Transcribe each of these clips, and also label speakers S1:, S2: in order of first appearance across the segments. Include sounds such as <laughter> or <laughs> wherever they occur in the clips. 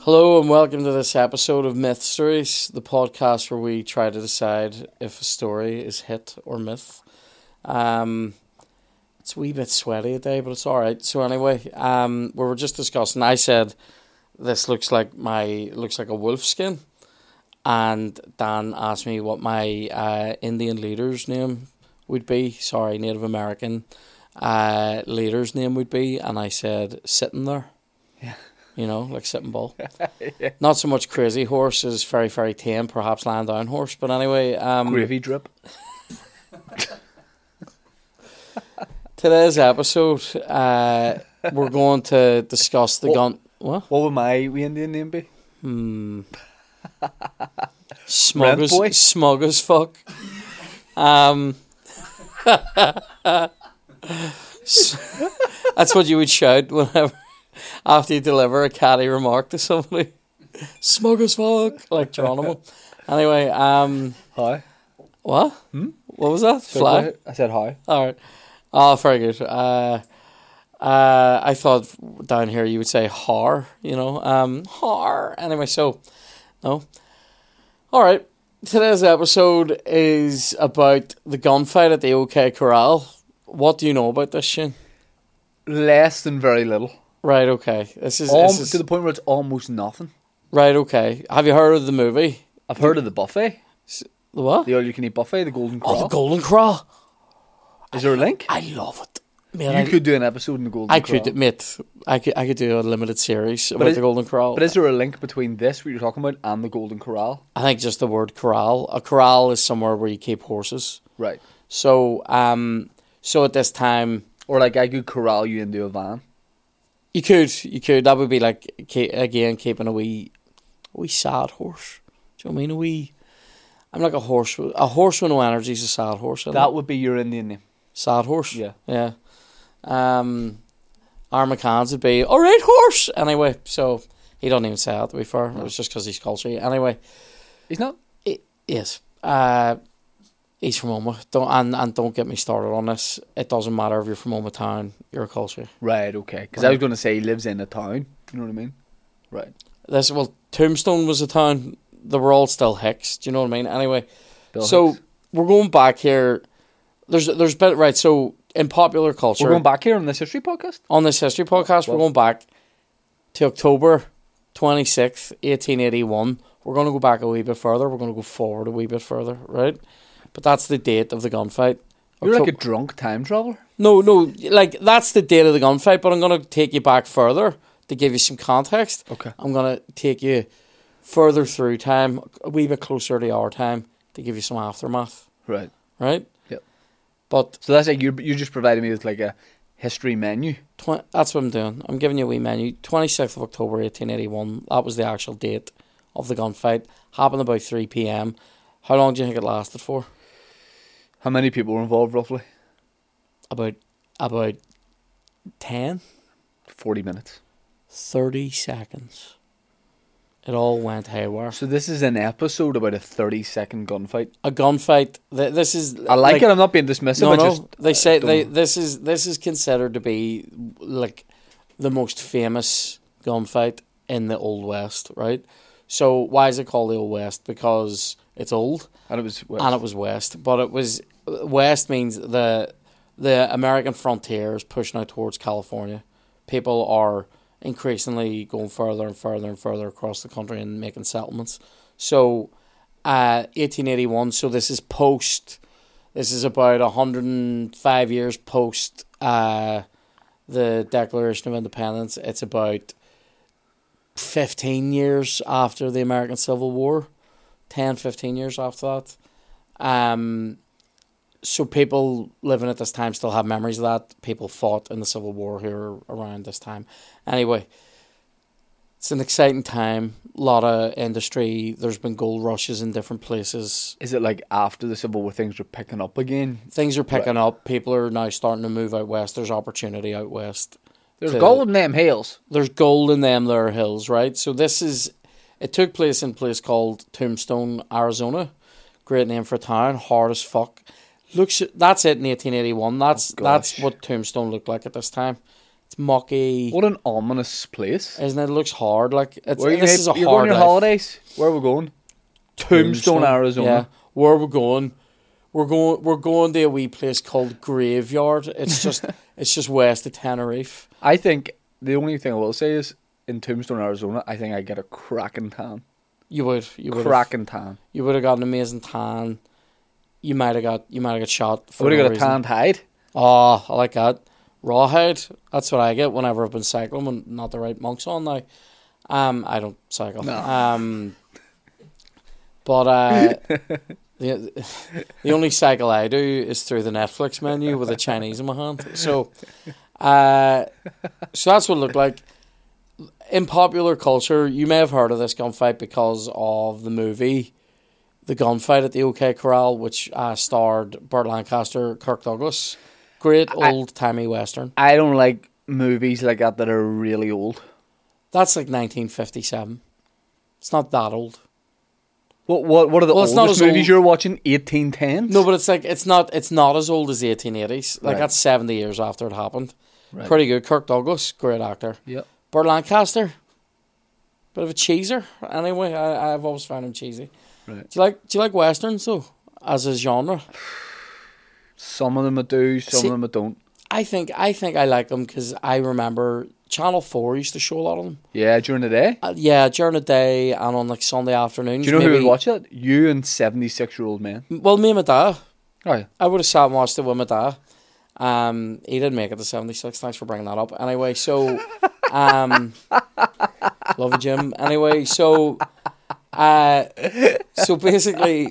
S1: Hello and welcome to this episode of Myth Stories, the podcast where we try to decide if a story is hit or myth. Um, it's a wee bit sweaty today, but it's all right. So anyway, um, we were just discussing. I said this looks like my looks like a wolf skin, and Dan asked me what my uh, Indian leader's name would be. Sorry, Native American uh, leader's name would be, and I said sitting there.
S2: Yeah.
S1: You know, like sitting bull. Not so much crazy horse is very, very tame, perhaps land down horse. But anyway, um,
S2: Gravy drip.
S1: Today's episode, uh, we're going to discuss the
S2: What-
S1: gun. What?
S2: What would my wee Indian name be? <laughs>
S1: Hmm. Smug
S2: Rent boy?
S1: as, smug as fuck. Um, <laughs> s- that's what you would shout whenever after you deliver a catty remark to somebody. Smug as fuck, like Geronimo. Anyway, um,
S2: How?
S1: what?
S2: Hmm?
S1: What was that?
S2: So
S1: Flag.
S2: what- I said how.
S1: All right. Oh, very good. Uh, uh, I thought down here you would say har, you know. Um, har. Anyway, so, no. All right. Today's episode is about the gunfight at the OK Corral. What do you know about this, Shane?
S2: Less than very little.
S1: Right, okay. This is,
S2: Alm-
S1: this is
S2: to Um, the point where it's almost nothing.
S1: right, okay. Have you heard of the movie?
S2: I've heard of the buffet,
S1: The what?
S2: the all you can eat buffet, the Golden
S1: oh, the
S2: Cross.
S1: Golden Corral.
S2: Is there a link?
S1: I love it. Man,
S2: you
S1: I,
S2: could do an episode in the Golden
S1: I
S2: Cross.
S1: could admit, I could, I could do a limited series about
S2: is-
S1: the Golden Corral.
S2: But is there a link between this, what you're talking about, and the Golden Corral?
S1: I think just the word corral. A corral is somewhere where you keep horses.
S2: Right.
S1: So, um, so at this time,
S2: Or like I could corral you into a van.
S1: you could, you could. That would be like ke- again keeping a wee, a wee sad horse. Do you know what I mean? A wee. I'm like a horse. with- A horse with no energy is a sad horse. Isn't
S2: That
S1: it?
S2: would be your Indian name.
S1: sad horse.
S2: Yeah.
S1: yeah. Um, our McCann's would be all right, horse. Anyway, so he don't even say that. To be fair, it was just because he's cultured. Anyway,
S2: He's not.
S1: Yes. Uh, he's from Oma. Don't and, and don't get me started on this. It doesn't matter if you're from Oma town, you're a culture.
S2: Right, okay. Because I
S1: Right.
S2: was going to say he lives in a town. You know what I mean? Right.
S1: This well, Tombstone was a town. They were all still Hicks. Do you know what I mean? Anyway,
S2: Bill
S1: so
S2: Hicks.
S1: we're going back here. There's there's been right. So in popular culture,
S2: we're going back here on this history podcast.
S1: on this history podcast, we're
S2: Well-
S1: going back to October 26th, 1881. We're going to go back a wee bit further. We're going to go forward a wee bit further, right? But that's the date of the gunfight.
S2: You're like
S1: Octo-
S2: a drunk time traveler.
S1: No, no, like that's the date of the gunfight, but I'm going to take you back further to give you some context.
S2: Okay.
S1: I'm going to take you further through time, a wee bit closer to our time, to give you some aftermath,
S2: Right.
S1: right?
S2: Yep.
S1: But
S2: So that's like you. You just provided me with like a history menu.
S1: tw- that's what I'm doing. I'm giving you a wee menu. 26th of October 1881, that was the actual date of the gunfight. Happened about 3 pm. How long do you think it lasted for?
S2: How many people were involved roughly?
S1: About about 10?
S2: Forty minutes.
S1: 30 seconds. It all went haywire.
S2: So this is an episode about a thirty-second gunfight.
S1: a gunfight. Th- this is
S2: I like, it. I'm not being dismissive.
S1: Uh, No, no.
S2: I just
S1: they say
S2: don't
S1: they
S2: know.
S1: this is this is considered to be like the most famous gunfight in the Old West, right? So why is it called the Old West? Because it's old
S2: and it was. West.
S1: and it was West, but it was West means the the American frontier is pushing out towards California. People are increasingly going further and further and further across the country and making settlements. So, uh, eighteen eighty one. So this is post. This is about hundred and five years post uh, the Declaration of Independence. It's about fifteen years after the American Civil War. 10, 15 years after that. Um, so people living at this time still have memories of that. People fought in the Civil War here around this time. Anyway, it's an exciting time. A lot of industry. There's been gold rushes in different places.
S2: Is it like after the Civil War things were picking up again?
S1: Things are picking up. People are now starting to move out west. There's opportunity out west.
S2: There's
S1: To-
S2: gold in them hills.
S1: there's gold in them there hills, right? So this is it took place in a place called Tombstone, Arizona. Great name for a town, hard as fuck. Looks that's it in eighteen eighty one. That's
S2: Oh,
S1: that's
S2: gosh.
S1: what Tombstone looked like at this time. It's It's mucky,
S2: What an ominous place.
S1: isn't it? It looks hard. Like it's
S2: Where are you
S1: this
S2: head-
S1: is a
S2: you're
S1: hard
S2: going on your
S1: life.
S2: holidays? Where are we going? Tombstone, Arizona.
S1: Yeah, where we're going, we're going, we're going to a wee place called Graveyard. It's
S2: <laughs>
S1: just, it's just west of Tenerife.
S2: I think the only thing I will say is in Tombstone, Arizona, I think I get a cracking tan.
S1: You would, you would, have,
S2: Cracking tan.
S1: you would have got an amazing tan. You might have got, you might have got shot.
S2: I
S1: For
S2: would have
S1: no
S2: got a
S1: reason.
S2: tanned hide.
S1: Oh, I like that. Rawhide. That's what I get whenever I've been cycling when not the right monks on now. Um, I don't cycle.
S2: No.
S1: Um, but uh, the the only cycle I do is through the Netflix menu with a Chinese in my hand. So, uh, so that's what it looked like. In popular culture, you may have heard of this gunfight because of the movie, the gunfight at the OK Corral, which uh, starred Burt Lancaster, Kirk Douglas, great
S2: I-
S1: old timey western.
S2: I don't like movies like that that are really old.
S1: That's like 1957. It's not that old.
S2: What what what are the
S1: Well, it's
S2: oldest
S1: not as
S2: movies
S1: old.
S2: you're watching? Eighteen tens.
S1: No, but it's like it's not it's not as old as the 1880s. Like
S2: Right.
S1: that's 70 years after it happened.
S2: Right.
S1: Pretty good. Kirk Douglas, great actor.
S2: Yep.
S1: Burt Lancaster, bit of a cheeser. Anyway, I, I've always found him cheesy.
S2: Right.
S1: Do you like Do you like westerns though, as a genre?
S2: Some of them I do. Some
S1: See-
S2: of them I don't.
S1: I think I think I like them because I remember Channel Four used to show a lot of them.
S2: Yeah, during the day.
S1: Uh, yeah, during the day and on like Sunday afternoons.
S2: Do you know who
S1: maybe-
S2: would watch it? You and seventy-six-year-old men.
S1: Well, me and my dad.
S2: Oh, yeah.
S1: I would have sat and watched it with my dad. Um, he didn't make it to 76. Thanks for bringing that up. Anyway, so, um, <laughs> love you, Jim. Anyway, so, uh, so <laughs> basically,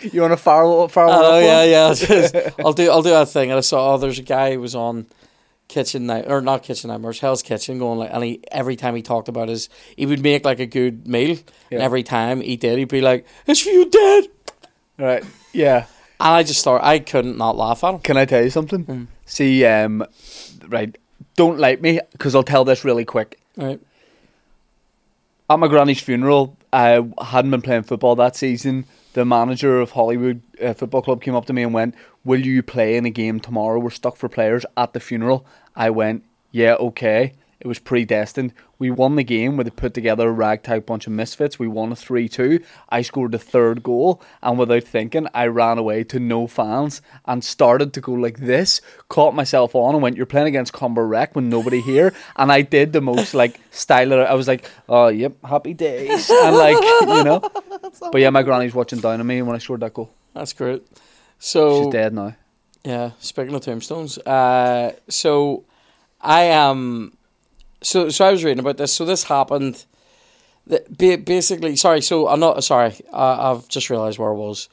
S2: You want a farewell? Farewell?
S1: oh
S2: up
S1: yeah,
S2: one?
S1: <laughs> yeah, I'll, just- I'll do, I'll do that thing. And I saw, oh, there's a guy who was on Kitchen Night or not Kitchen Nightmares, Hell's Kitchen, going like, and he every time he talked about his, he would make like a good meal,
S2: Yeah.
S1: and every time he did, he'd be like, "It's for you, Dad,"
S2: Right. Yeah.
S1: and I just thought I couldn't not laugh at him.
S2: Can I tell you something?
S1: Mm.
S2: See, um, right. Don't like me because I'll tell this really quick.
S1: Right?
S2: At my granny's funeral, I hadn't been playing football that season. The manager of Hollywood uh, Football Club came up to me and went, "Will you play in a game tomorrow? We're stuck for players at the funeral." I went, "Yeah, okay." It was predestined. We won the game where they put together a ragtag bunch of misfits. We won a 3 2. I scored the third goal, and without thinking, I ran away to no fans and started to go like this. Caught myself on and went, You're playing against Cumber Wreck when nobody here. <laughs> And I did the most like style. I was like, Oh, yep, happy days. <laughs> And like,
S1: <laughs>
S2: you know. But yeah, my granny's watching down on me when I scored that goal.
S1: That's great. So
S2: She's dead now.
S1: Yeah, speaking of tombstones, uh, so I um, so so I was reading about this. So this happened. th- ba- Basically, sorry. So I'm not sorry. Uh, I've just realised where I was.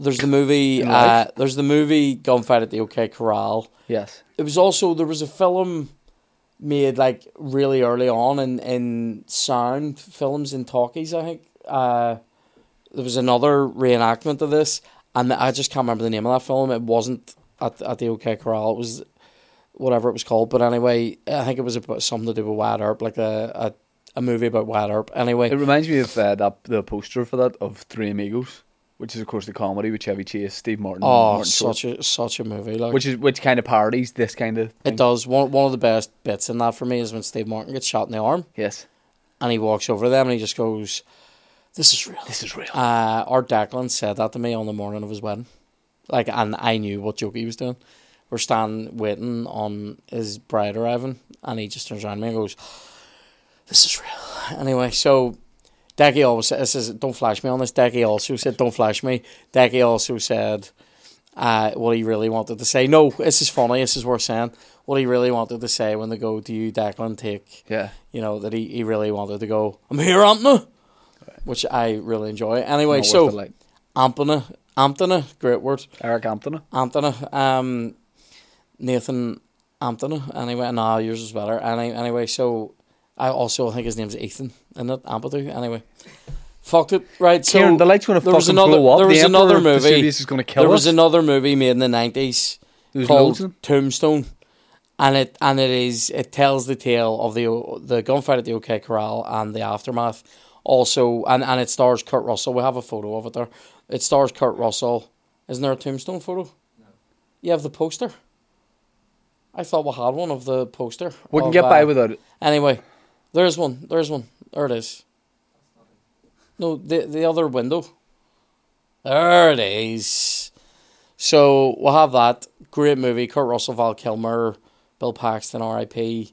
S1: There's the movie.
S2: In life?
S1: Uh, there's the movie Gunfight at the OK Corral.
S2: Yes.
S1: It was also there was a film made like really early on in in sound films in talkies. I think uh, there was another reenactment of this, and I just can't remember the name of that film. It wasn't at at the OK Corral. It was whatever it was called. But anyway, I think it was about something to do with Wyatt Earp, like a a, a movie about Wyatt Earp. Anyway,
S2: It reminds me of uh, that the poster for that of Three Amigos, which is, of course, the comedy with Chevy Chase, Steve Martin, and
S1: oh,
S2: Martin Short.
S1: such a such a movie. Like
S2: which is which kind of parodies this kind of thing.
S1: it does one one of the best bits in that for me is when Steve Martin gets shot in the arm.
S2: Yes,
S1: and he walks over to them and he just goes, "This is real."
S2: this is real.
S1: Uh, Art Declan said that to me on the morning of his wedding, like, and I knew what joke he was doing. We're standing waiting on his bride arriving, and he just turns around to me and goes, "This is real." Anyway, so Decky always sa- says, "Don't flash me on this." Decky also said, "Don't flash me." Decky also said. Uh, what he really wanted to say. No, this is funny. This is worth saying. What he really wanted to say when they go, "Do you, Declan, take
S2: yeah,
S1: you know, that he, he really wanted to go, I'm here, Ampna, which I really enjoy. Anyway,
S2: Not worth the
S1: so
S2: light.
S1: Ampna, Amptona, great word,
S2: Eric Hampton.
S1: Amptona, um, Nathan Amptona, anyway, nah, yours is better. Any, anyway, so I also think his name's Ethan, isn't it? Ampadu, anyway. Fucked it, right? So
S2: Kieran, the lights going to
S1: there was
S2: fucking
S1: another-
S2: blow up.
S1: there was
S2: the Emperor
S1: another
S2: of
S1: movie.
S2: Vesuvius is going to kill
S1: there
S2: us.
S1: was another movie made in the 90s
S2: There's loads of
S1: called
S2: them.
S1: Tombstone, and it and it is it tells the tale of the the gunfight at the OK Corral and the aftermath. Also, and and it stars Kurt Russell. We have a photo of it there. It stars Kurt Russell. Isn't there a Tombstone photo? No. You have the poster. I thought we had one of the poster.
S2: We can
S1: of,
S2: get by
S1: uh,
S2: without it.
S1: Anyway, there's one. There's one. There it is. No, the the other window. There it is. So we'll have that great movie. Kurt Russell, Val Kilmer, Bill Paxton, R.I.P.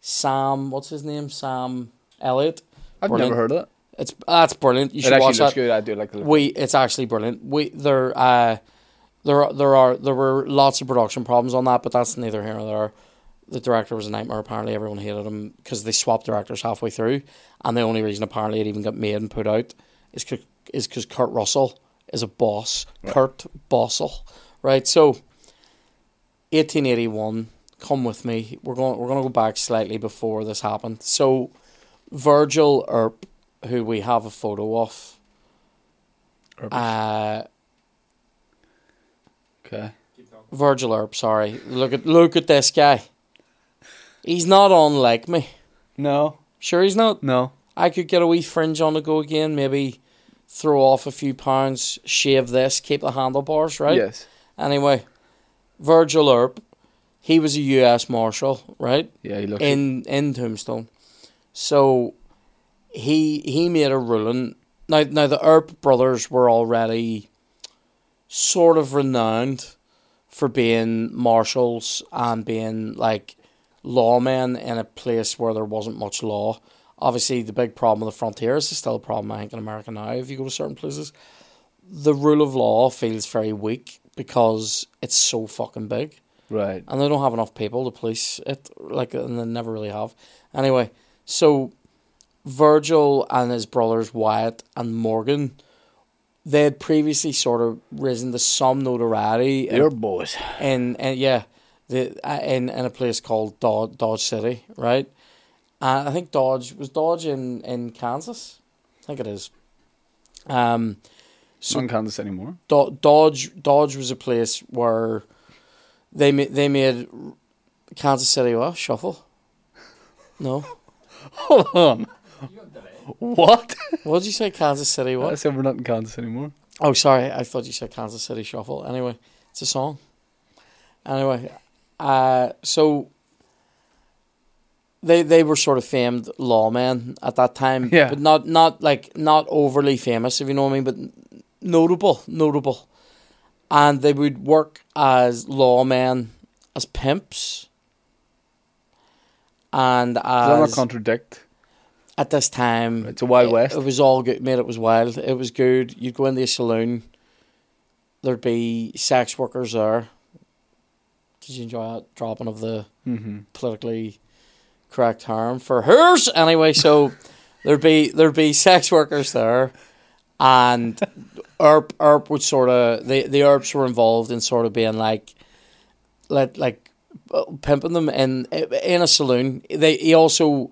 S1: Sam, what's his name? Sam Elliott.
S2: I've
S1: Brilliant.
S2: never heard of it.
S1: It's that's brilliant. You
S2: It
S1: should
S2: actually
S1: watch
S2: looks
S1: that.
S2: good. I do like the look.
S1: We it's actually brilliant. We there uh there are- there are there were lots of production problems on that, but that's neither here nor there. The director was a nightmare. Apparently, everyone hated him because they swapped directors halfway through, and the only reason apparently it even got made and put out is 'cause- is because Kurt Russell is a boss. Kurt Bossel, right? So, eighteen eighty one. Come with me. We're going. We're going to go back slightly before this happened. So, Virgil Earp, who we have a photo of, uh,
S2: okay.
S1: Virgil Earp. Sorry, look at look at this guy. He's not unlike me.
S2: No,
S1: Sure, he's not.
S2: no.
S1: I could get a wee fringe on the go again. Maybe throw off a few pounds, shave this, keep the handlebars right.
S2: Yes.
S1: Anyway, Virgil Earp, he was a U.S. Marshal, right?
S2: Yeah, he looks.
S1: in in Tombstone. So he he made a ruling. Now now the Earp brothers were already sort of renowned for being marshals and being like lawmen in a place where there wasn't much law. Obviously, the big problem of the frontier is still a problem, I think, in America now. If you go to certain places, the rule of law feels very weak because it's so fucking big
S2: right.
S1: and they don't have enough people to police it, like, and they never really have. Anyway, so Virgil and his brothers Wyatt and Morgan, they had previously sort of risen to some notoriety in,
S2: Your boys.
S1: in, in- yeah, the uh, in in a place called Dodge, Dodge City, right? And I think Dodge was Dodge in in Kansas. I think it is. Um,
S2: So, Not in Kansas anymore.
S1: Do- Dodge Dodge was a place where they ma- they made Kansas City what shuffle. No,
S2: Hold on. What?
S1: what did you say? Kansas City
S2: I
S1: what?
S2: said we're not in Kansas anymore.
S1: Oh, sorry, I thought you said Kansas City shuffle. Anyway, it's a song. Anyway, uh, so they they were sort of famed lawmen at that time,
S2: <laughs> Yeah.
S1: but not not like not overly famous, if you know what I mean, but n- notable, notable. And they would work as lawmen, as pimps, and
S2: Does that not
S1: as
S2: contradict?
S1: at this time
S2: It's a Wild
S1: it-
S2: West.
S1: It was all good, mate. It was wild. It was good. You'd go into a saloon. There'd be sex workers there. Did you enjoy that dropping of the
S2: Mm-hmm.
S1: politically correct term for hers? Anyway, so there'd be there'd be sex workers there, and ERP ERP would sort of the the ERPs were involved in sort of being like, let like uh, pimping them in in a saloon. They he also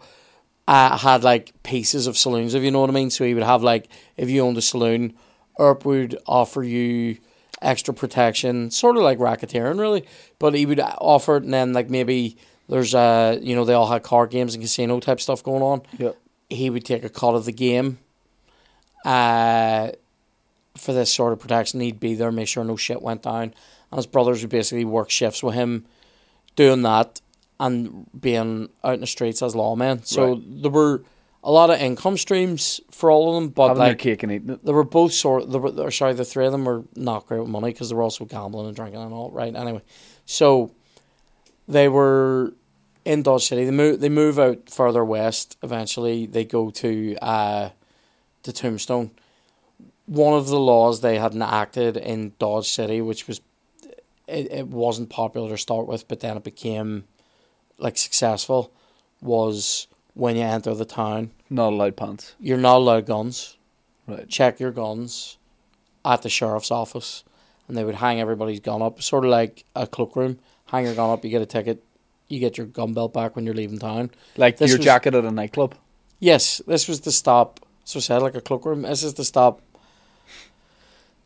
S1: uh, had like pieces of saloons, if you know what I mean. So he would have like if you owned a saloon, ERP would offer you extra protection, sort of like racketeering, really. But he would offer it, and then like maybe there's uh you know they all had card games and casino type stuff going on.
S2: Yep.
S1: He would take a cut of the game. Uh, for this sort of protection, he'd be there, make sure no shit went down. And his brothers would basically work shifts with him, doing that and being out in the streets as lawmen. So there were a lot of income streams for all of them, but
S2: Having
S1: like
S2: their cake and eating it.
S1: they were both sort. They were, or sorry, the three of them were not great with money because they were also gambling and drinking and all. Right. Anyway, so they were in Dodge City. They move. They move out further west. Eventually, they go to uh, the Tombstone. One of the laws they had enacted in Dodge City, which was it, it wasn't popular to start with, but then it became like successful, was when you enter the town,
S2: Not allowed pants.
S1: you're not allowed guns
S2: Right.
S1: check your guns at the sheriff's office and they would hang everybody's gun up, sort of like a cloakroom. Hang your gun up, you get a ticket, you get your gun belt back when you're leaving town.
S2: Like
S1: This
S2: your
S1: was-
S2: jacket at a nightclub.
S1: Yes, this was the stop. So I said like a cloakroom. This is the stop.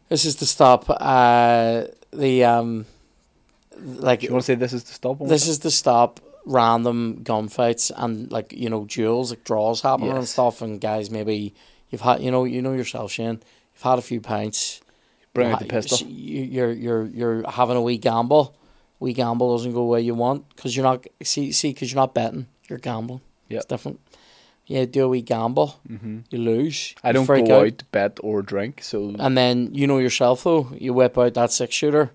S1: This is the stop. Uh, the um, like
S2: Do you want to say this is the stop? one?
S1: this is to stop random gunfights and like you know duels, like draws happening and
S2: Yes.
S1: stuff. And guys, maybe you've had you know you know yourself, Shane. You've had a few pints.
S2: Bring out
S1: Ha-
S2: the pistol.
S1: You, you're you're you're having a wee gamble. we gamble doesn't go the way you want because you're not see see because you're not betting, you're gambling.
S2: Yeah.
S1: it's different. Yeah, do a wee gamble,
S2: hmm
S1: you lose.
S2: I
S1: you
S2: don't
S1: freak Uh,
S2: go out. bet or drink, so
S1: and then you know yourself though, you whip out that six shooter,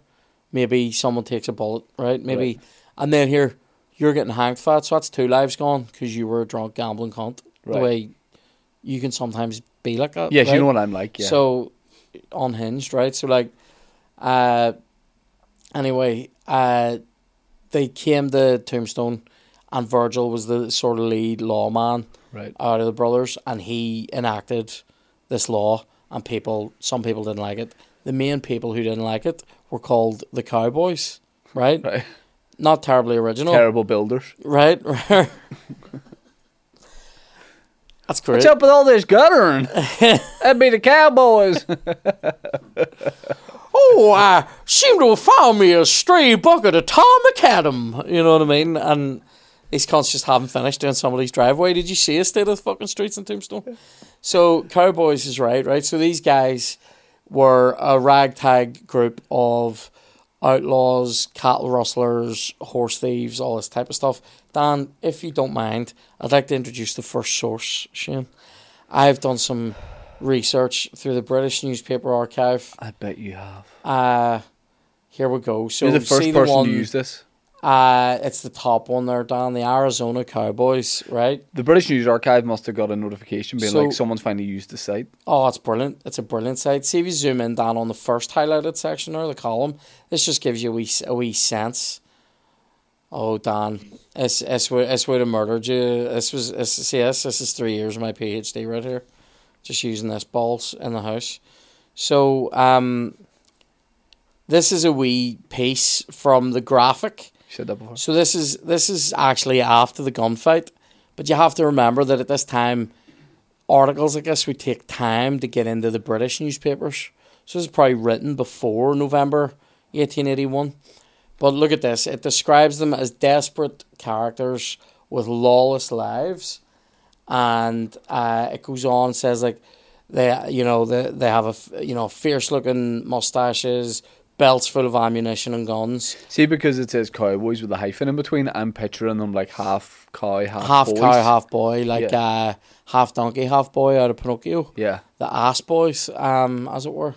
S1: maybe someone takes a bullet, right? Maybe,
S2: Right.
S1: and then here you're getting hanged for it, so that's two lives gone because you were a drunk gambling cunt. The
S2: Right.
S1: way you can sometimes be like that.
S2: yes,
S1: right?
S2: you know what I'm like. Yeah,
S1: So unhinged, right? So like, uh, anyway, uh, they came to Tombstone, and Virgil was the sort of lead lawman
S2: right,
S1: out of the brothers, and he enacted this law, and people, some people didn't like it. The main people who didn't like it were called the cowboys, right?
S2: right.
S1: Not terribly original,
S2: Terrible builders.
S1: right? <laughs> That's great.
S2: up with all
S1: <laughs>
S2: this guttering? That'd be the Cowboys.
S1: oh, I seem to have found me a stray bucket of Tom McAdam. You know what I mean? And these cons just haven't finished doing somebody's driveway. Did you see us state of the fucking streets in Tombstone? So Cowboys is right, right? So these guys were a ragtag group of outlaws, cattle rustlers, horse thieves, all this type of stuff. Dan, if you don't mind, I'd like to introduce the first source, Shane. I've done some research through the British newspaper archive.
S2: <laughs> I bet you have.
S1: Uh here we go. So
S2: You're the
S1: see
S2: first
S1: the
S2: person
S1: one,
S2: to use this.
S1: uh it's the top one there, Dan, the Arizona Cowboys, right?
S2: The British News Archive must have got a notification being
S1: So-
S2: like someone's finally used the site.
S1: Oh, it's brilliant. It's a brilliant site. See if you zoom in down on the first highlighted section or the column. This just gives you a wee, a wee sense. Oh, Dan, this, this, would, this would have murdered you. This was, this, see, this, this is three years of my PhD right here. Just using this balls in the house. So, um, this is a wee piece from the graphic.
S2: You said that before.
S1: So this is this is actually after the gunfight, but you have to remember that at this time, articles like this would take time to get into the British newspapers. So this is probably written before November eighteen eighty one. But look at this. It describes them as desperate characters with lawless lives, and uh, it goes on and says like they you know they they have a f- you know fierce looking mustaches, belts full of ammunition and guns.
S2: See, because it says Cowboys with a hyphen in between, I'm picturing them like half cow, half,
S1: half
S2: boys.
S1: cow, half boy, like
S2: Yeah.
S1: uh, half donkey, half boy out of Pinocchio,
S2: Yeah,
S1: the ass boys, um, as it were.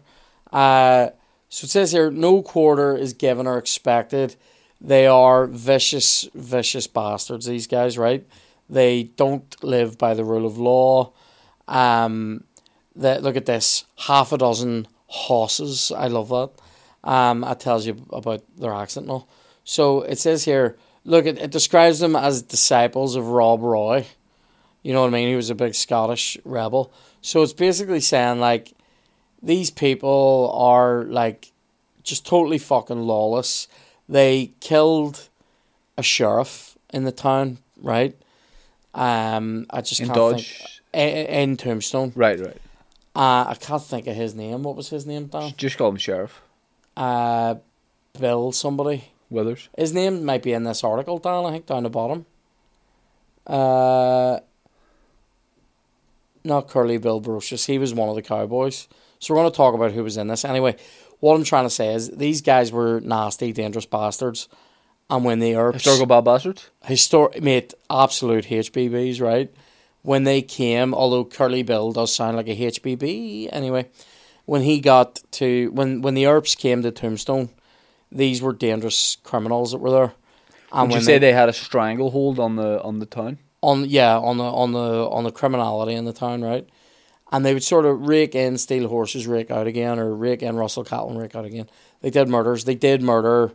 S1: Uh, so it says here, no quarter is given or expected. They are vicious, vicious bastards. These guys, right? They don't live by the rule of law. Um, that look at this, half a dozen horses. I love that. Um, that tells you about their accent now. So it says here, look, it, it describes them as disciples of Rob Roy. You know what I mean? He was a big Scottish rebel. So it's basically saying like these people are like just totally fucking lawless. They killed a sheriff in the town, right? Um, I just
S2: in
S1: can't
S2: Dodge.
S1: think. In, in E- Tombstone,
S2: Right, right.
S1: uh, I can't think of his name. What was his name, Dan?
S2: Just call him Sheriff
S1: Uh, Bill somebody.
S2: Withers.
S1: His name might be in this article, Dan, I think, down the bottom. Uh, not Curly Bill Brocious. He was one of the Cowboys. So we're going to talk about who was in this. Anyway, what I'm trying to say is these guys were nasty, dangerous bastards. And when they are
S2: Historical bad bastards.
S1: histor- mate, absolute HBBs, right? When they came, although Curly Bill does sound like a HBB anyway, when he got to when when the Earps came to Tombstone, these were dangerous criminals that were there.
S2: Would you
S1: when
S2: say they had a stranglehold on the on the town?
S1: on yeah on the on the on the criminality in the town, right? And they would sort of rake in, steal horses, rake out again, or rake in Russell cattle and rake out again. They did murders. They did murder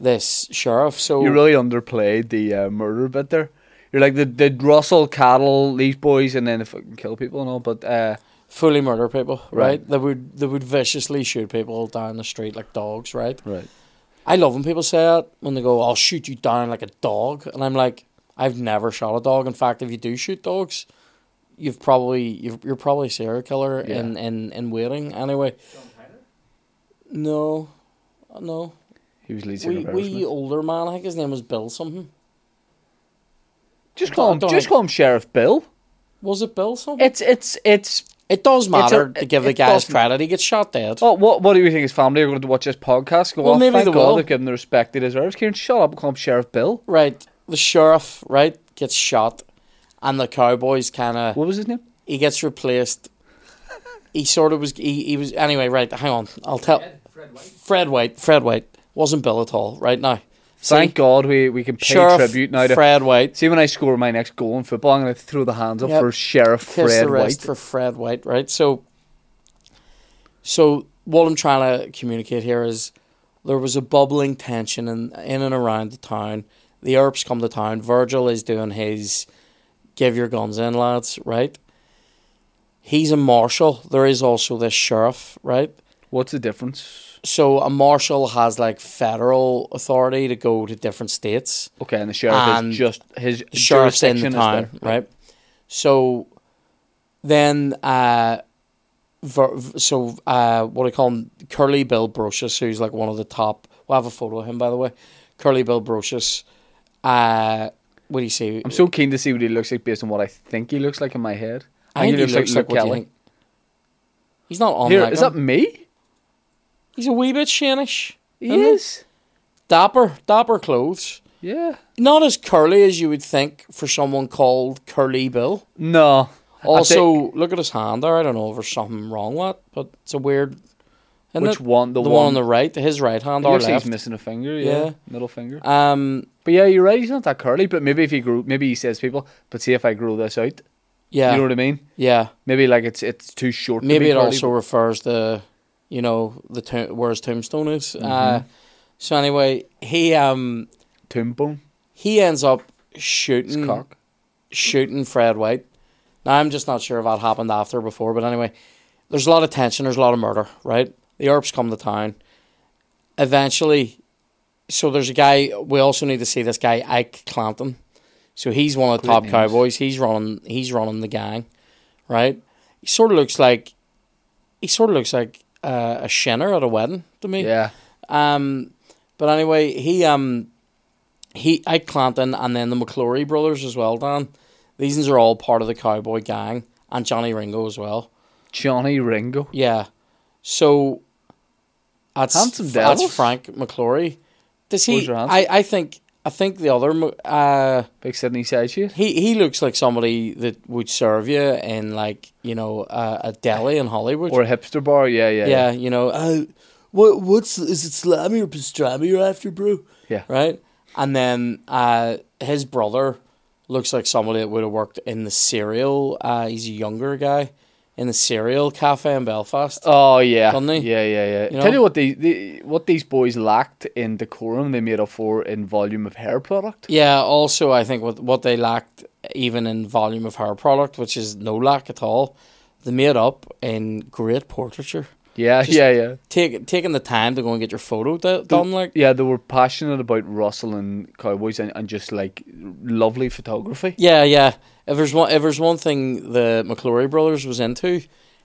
S1: this sheriff. So
S2: You really underplayed the uh, murder bit there. You're like the the Russell cattle these boys, and then they fucking kill people and all. But uh,
S1: fully murder people, right?
S2: Right.
S1: They would they would viciously shoot people down the street like dogs, right?
S2: right,
S1: I love when people say that when they go, "I'll shoot you down like a dog," and I'm like, "I've never shot a dog. In fact, if you do shoot dogs, you've probably you've, you're probably a serial killer
S2: Yeah.
S1: in, in in waiting anyway." No, no.
S2: he was lead singer.
S1: We
S2: of
S1: we
S2: Aerosmith.
S1: older man. I think his name was Bill something.
S2: Just call him.
S1: Don't-
S2: Just call him Sheriff Bill.
S1: Was it Bill something?
S2: It's it's it's
S1: It does matter to give the
S2: it
S1: guys
S2: does matter.
S1: credit. He gets shot dead.
S2: Oh, what what do you think his family are going to watch this podcast? Go,
S1: Well,
S2: well, oh,
S1: maybe
S2: thank
S1: they
S2: God
S1: will."
S2: they've given the respect he deserves. Kieran, shut up and call him Sheriff Bill.
S1: Right, the sheriff right gets shot, and the cowboys kind of
S2: What was his name?
S1: he gets replaced. He sort of was he, he was anyway. Right, hang on. I'll tell Fred, White. Fred White. wasn't Bill at all. Right now,
S2: Thank
S1: See?
S2: God we, we can pay
S1: Sheriff
S2: tribute now to.
S1: Fred White.
S2: See, when I score my next goal in football, I'm going to throw the hands up
S1: Yep.
S2: for Sheriff
S1: Kiss
S2: Fred
S1: the rest
S2: White.
S1: for Fred White. Right, so so what I'm trying to communicate here is there was a bubbling tension in in and around the town. The Earps come to town. Virgil is doing his give your guns in, lads. Right. He's a marshal. There is also this sheriff, right?
S2: What's the difference?
S1: so a marshal has like federal authority to go to different states.
S2: Okay, and the sheriff
S1: And
S2: is just his
S1: The sheriff's in the
S2: jurisdiction is
S1: town,
S2: there.
S1: right? So then, uh, ver- so uh, what do you call him? Curly Bill Brocious, who's like one of the top. We'll have a photo of him, by the way. Curly Bill Brocious. Uh, what do you say?
S2: I'm so keen to see what he looks like based on what I think he looks like in my head.
S1: I think he looks like what do you think? He's not on.
S2: Here,
S1: like
S2: is
S1: him.
S2: that me?
S1: He's a wee bit shinish.
S2: He
S1: Isn't he?
S2: is.
S1: Dapper, dapper clothes.
S2: Yeah.
S1: not as curly as you would think for someone called Curly Bill.
S2: No. I
S1: Also,
S2: think-
S1: look at his hand there. I don't know if there's something wrong with it, but it's a weird. Isn't
S2: which
S1: it?
S2: one? The,
S1: The, one, on the right, his right hand
S2: He
S1: or
S2: looks like he's
S1: left.
S2: missing a finger. Yeah,
S1: Yeah.
S2: middle finger.
S1: um,
S2: But yeah, you're right. He's not that curly. But maybe if he grew, maybe he says to people, but see if I grow this out.
S1: yeah,
S2: You know what I mean?
S1: yeah.
S2: Maybe like it's it's too short. to
S1: Maybe
S2: be
S1: it
S2: curly,
S1: also refers to, you know, the to- where his tombstone is.
S2: Mm-hmm.
S1: Uh, so anyway, he um
S2: but tomb bone.
S1: he ends up
S2: It's
S1: shooting
S2: cock.
S1: shooting Fred White. Now I'm just not sure if that happened after or before, but anyway, there's a lot of tension, there's a lot of murder, right? The Earps come to town. Eventually, so there's a guy we also need to see this guy, Ike Clampton. So he's one of the
S2: Great
S1: top
S2: names.
S1: cowboys. He's running he's running the gang, right? He sort of looks like he sort of looks like uh, a shinner at a wedding to me.
S2: Yeah.
S1: Um, but anyway, he um, he Ike Clanton and then the McClory brothers as well. Dan, these ones are all part of the cowboy gang and Johnny Ringo as well.
S2: Johnny Ringo.
S1: Yeah, so that's
S2: Handsome
S1: that's
S2: devils.
S1: Frank McClory. Does
S2: Those
S1: he?
S2: are handsome.
S1: I, I think I think the other Mc- uh,
S2: Big Sydney side shit.
S1: he he looks like somebody that would serve you in like you know uh, a deli in Hollywood.
S2: Or a hipster bar. Yeah, yeah.
S1: yeah, you know. Uh, what what's is it salami or pastrami you're after, bro?
S2: Yeah.
S1: right? And then uh, his brother looks like somebody that would have worked in the cereal. Uh, he's a younger guy in the cereal cafe in Belfast.
S2: Oh yeah,
S1: Doesn't he?
S2: yeah, yeah, yeah.
S1: You
S2: Tell
S1: know?
S2: you what, these the, what these boys lacked in decorum, they made up for in volume of hair product.
S1: Yeah. Also, I think what what they lacked even in volume of hair product, which is no lack at all, they made up in great portraiture.
S2: Yeah,
S1: Just-
S2: yeah, yeah.
S1: Take, taking the time to go and get your photo do- done, like
S2: Yeah, they were passionate about Russell and Cowboys and, and just like lovely photography.
S1: Yeah, yeah. If there's one, if there's one thing the McClory brothers was into,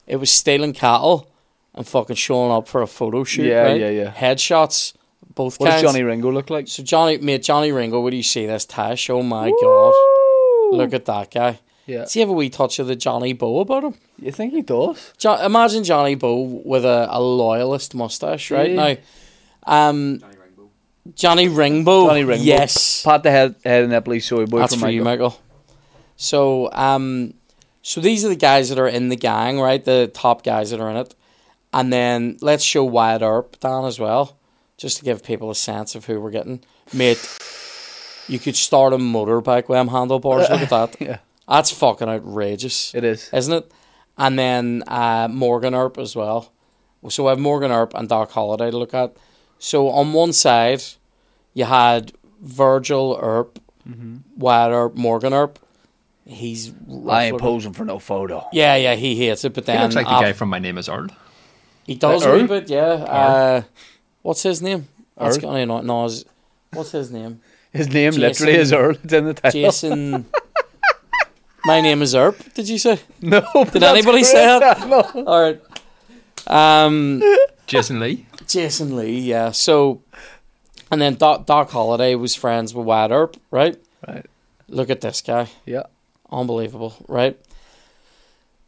S1: it was stealing cattle and fucking showing up for a photo shoot.
S2: Yeah,
S1: right?
S2: yeah, yeah.
S1: Headshots, both
S2: What does
S1: kinds.
S2: Johnny Ringo look like?
S1: so Johnny, mate, Johnny Ringo, what do you see this Tash? Oh my god, look at that guy.
S2: Yeah.
S1: Does he have a wee touch of the Johnny Bow about him?
S2: You think he does?
S1: Jo- imagine Johnny Bow with a, a loyalist mustache right
S2: Yeah.
S1: now. Um, Johnny Ringbo.
S2: Johnny Ringo.
S1: Yes.
S2: Pat the head, head and Epley soy boy
S1: That's
S2: from
S1: for you,
S2: Michael.
S1: Michael. So, um, so these are the guys that are in the gang, right? The top guys that are in it, and then let's show Wyatt Earp down as well, just to give people a sense of who we're getting, mate. You could start a motorbike with them handlebars. Look at that.
S2: <laughs> Yeah.
S1: That's fucking outrageous,
S2: It is.
S1: isn't it? And then uh, Morgan Earp as well. So we have Morgan Earp and Doc Holliday to look at. So on one side, you had Virgil Earp, Wyatt Earp, Morgan Earp. He's
S2: I
S1: rough
S2: ain't
S1: looking.
S2: posing for no photo.
S1: Yeah, yeah, he hates it, but
S3: He
S1: then
S3: looks like the
S1: af-
S3: guy from My Name Is Earl.
S1: he does
S2: Earl?
S1: a wee bit. Yeah. Uh, what's his name? That's
S2: Earl?
S1: gonna not no. it's- What's his name?
S2: His name
S1: Jason-
S2: literally is Earl. It's in the title.
S3: <laughs>
S1: Jason. My name is Earp. Did you say?
S2: <laughs> No. but
S1: Did
S2: that's
S1: anybody say
S2: correct. <laughs>
S1: that? <laughs> All right. Um.
S3: <laughs> Jason Lee.
S1: Jason Lee, yeah. So, and then Doc, Doc Holliday was friends with Wyatt Earp, right?
S2: Right.
S1: Look at this guy.
S2: Yeah.
S1: Unbelievable, right?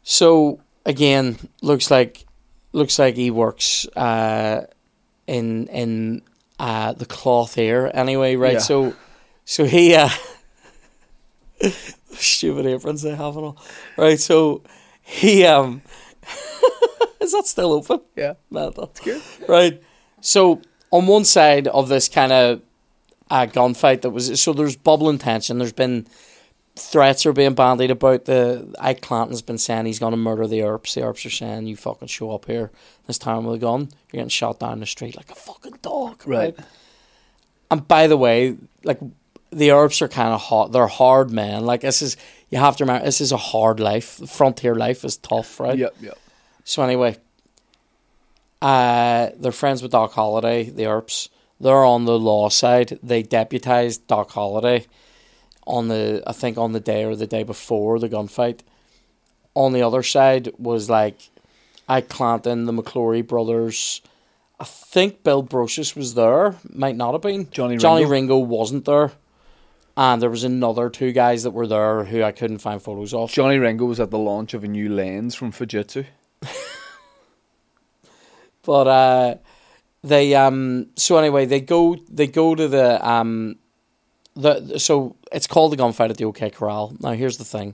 S1: So, again, looks like looks like he works uh, in in uh, the cloth here anyway, right?
S2: Yeah.
S1: So so he uh, <laughs> stupid aprons they have and all. Right, so he um <laughs> is that still open?
S2: Yeah.
S1: Mental.
S2: good.
S1: Right. So on one side of this kind of uh, gunfight that was so there's bubbling tension. There's been threats are being bandied about. The Ike Clanton's been saying he's gonna murder the Earps. The Earps are saying you fucking show up here this time with a gun, you're getting shot down the street like a fucking dog.
S2: Right.
S1: And by the way, like the Earps are kind of hot. They're hard men. Like this is you have to remember this is a hard life. Frontier life is tough, right?
S2: Yep, yep.
S1: So anyway, uh, they're friends with Doc Holliday, the ERPs. They're on the law side. They deputized Doc Holliday on the I think on the day or the day before the gunfight. On the other side was like Ike Clanton, the McClory brothers. I think Bill Brocious was there. Might not have been.
S2: Johnny
S1: Johnny Ringo
S2: Ringo.
S1: wasn't there. And there was another two guys that were there who I couldn't find photos of.
S2: Johnny Ringo was at the launch of a new lens from Fujitsu.
S1: But uh, they um so anyway they go they go to the um the so it's called the gunfight at the OK Corral. Now here's the thing,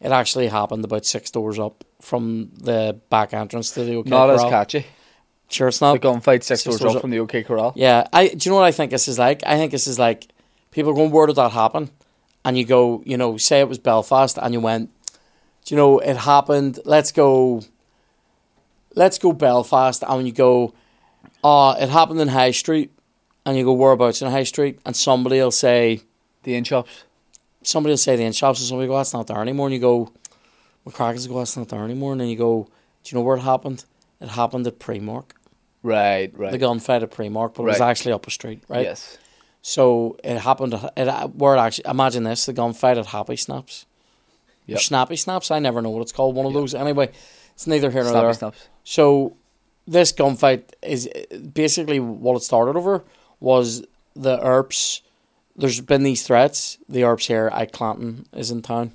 S1: it actually happened about six doors up from the back entrance to the OK
S2: Not
S1: Corral.
S2: as catchy.
S1: sure, it's
S2: The
S1: not.
S2: gunfight six
S1: Six
S2: doors
S1: doors
S2: up
S1: up.
S2: from the OK Corral.
S1: yeah, I do you know what I think this is like? I think this is like people are going where did that happen, and you go you know say it was Belfast and you went, do you know it happened? Let's go. Let's go Belfast, and you go. uh, it happened in High Street, and you go, whereabouts in High Street? And somebody will say,
S2: The in shops.
S1: somebody will say the in shops, and somebody will go, that's not there anymore. And you go, McCracken's go, that's not there anymore. And then you go, do you know where it happened? It happened at Premark,
S2: Right, right.
S1: the gunfight at Premark, but it was
S2: Right.
S1: actually up a street, right?
S2: Yes.
S1: So it happened, it, where it actually, imagine this, the gunfight at Happy Snaps. Or
S2: Yep.
S1: Snappy Snaps, I never know what it's called, one of those. Anyway, it's neither here nor
S2: Snappy
S1: there.
S2: snaps.
S1: So this gunfight is basically what it started over was the ERPs. There's been these threats. The ERPs here, Ike Clanton is in town,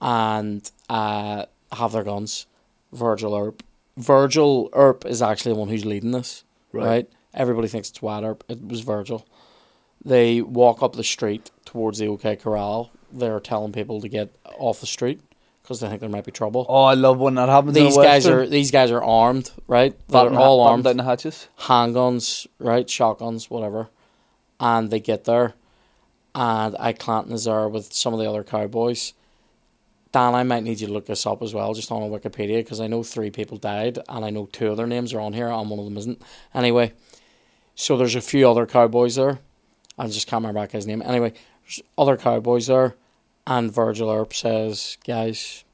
S1: and uh, have their guns. Virgil ERP. Virgil ERP is actually the one who's leading this, right?
S2: Right.
S1: Everybody thinks it's Wad ERP. It was Virgil. They walk up the street towards the OK Corral. They're telling people to get off the street because they think there might be trouble
S2: Oh, I love when that happens. in a
S1: these guys
S2: Western.
S1: are these guys are armed, right? They're
S2: Batten ha-
S1: all
S2: batten
S1: armed,
S2: down the hatches.
S1: handguns, right? Shotguns, whatever. And they get there, and I Clanton is there with some of the other cowboys. Dan, I might need you to look this up as well, just on Wikipedia, because I know three people died, and I know two of their names are on here, and one of them isn't. Anyway, so there's a few other cowboys there. I just can't remember that guy's name. Anyway, there's other cowboys there, and Virgil Earp says, "Guys,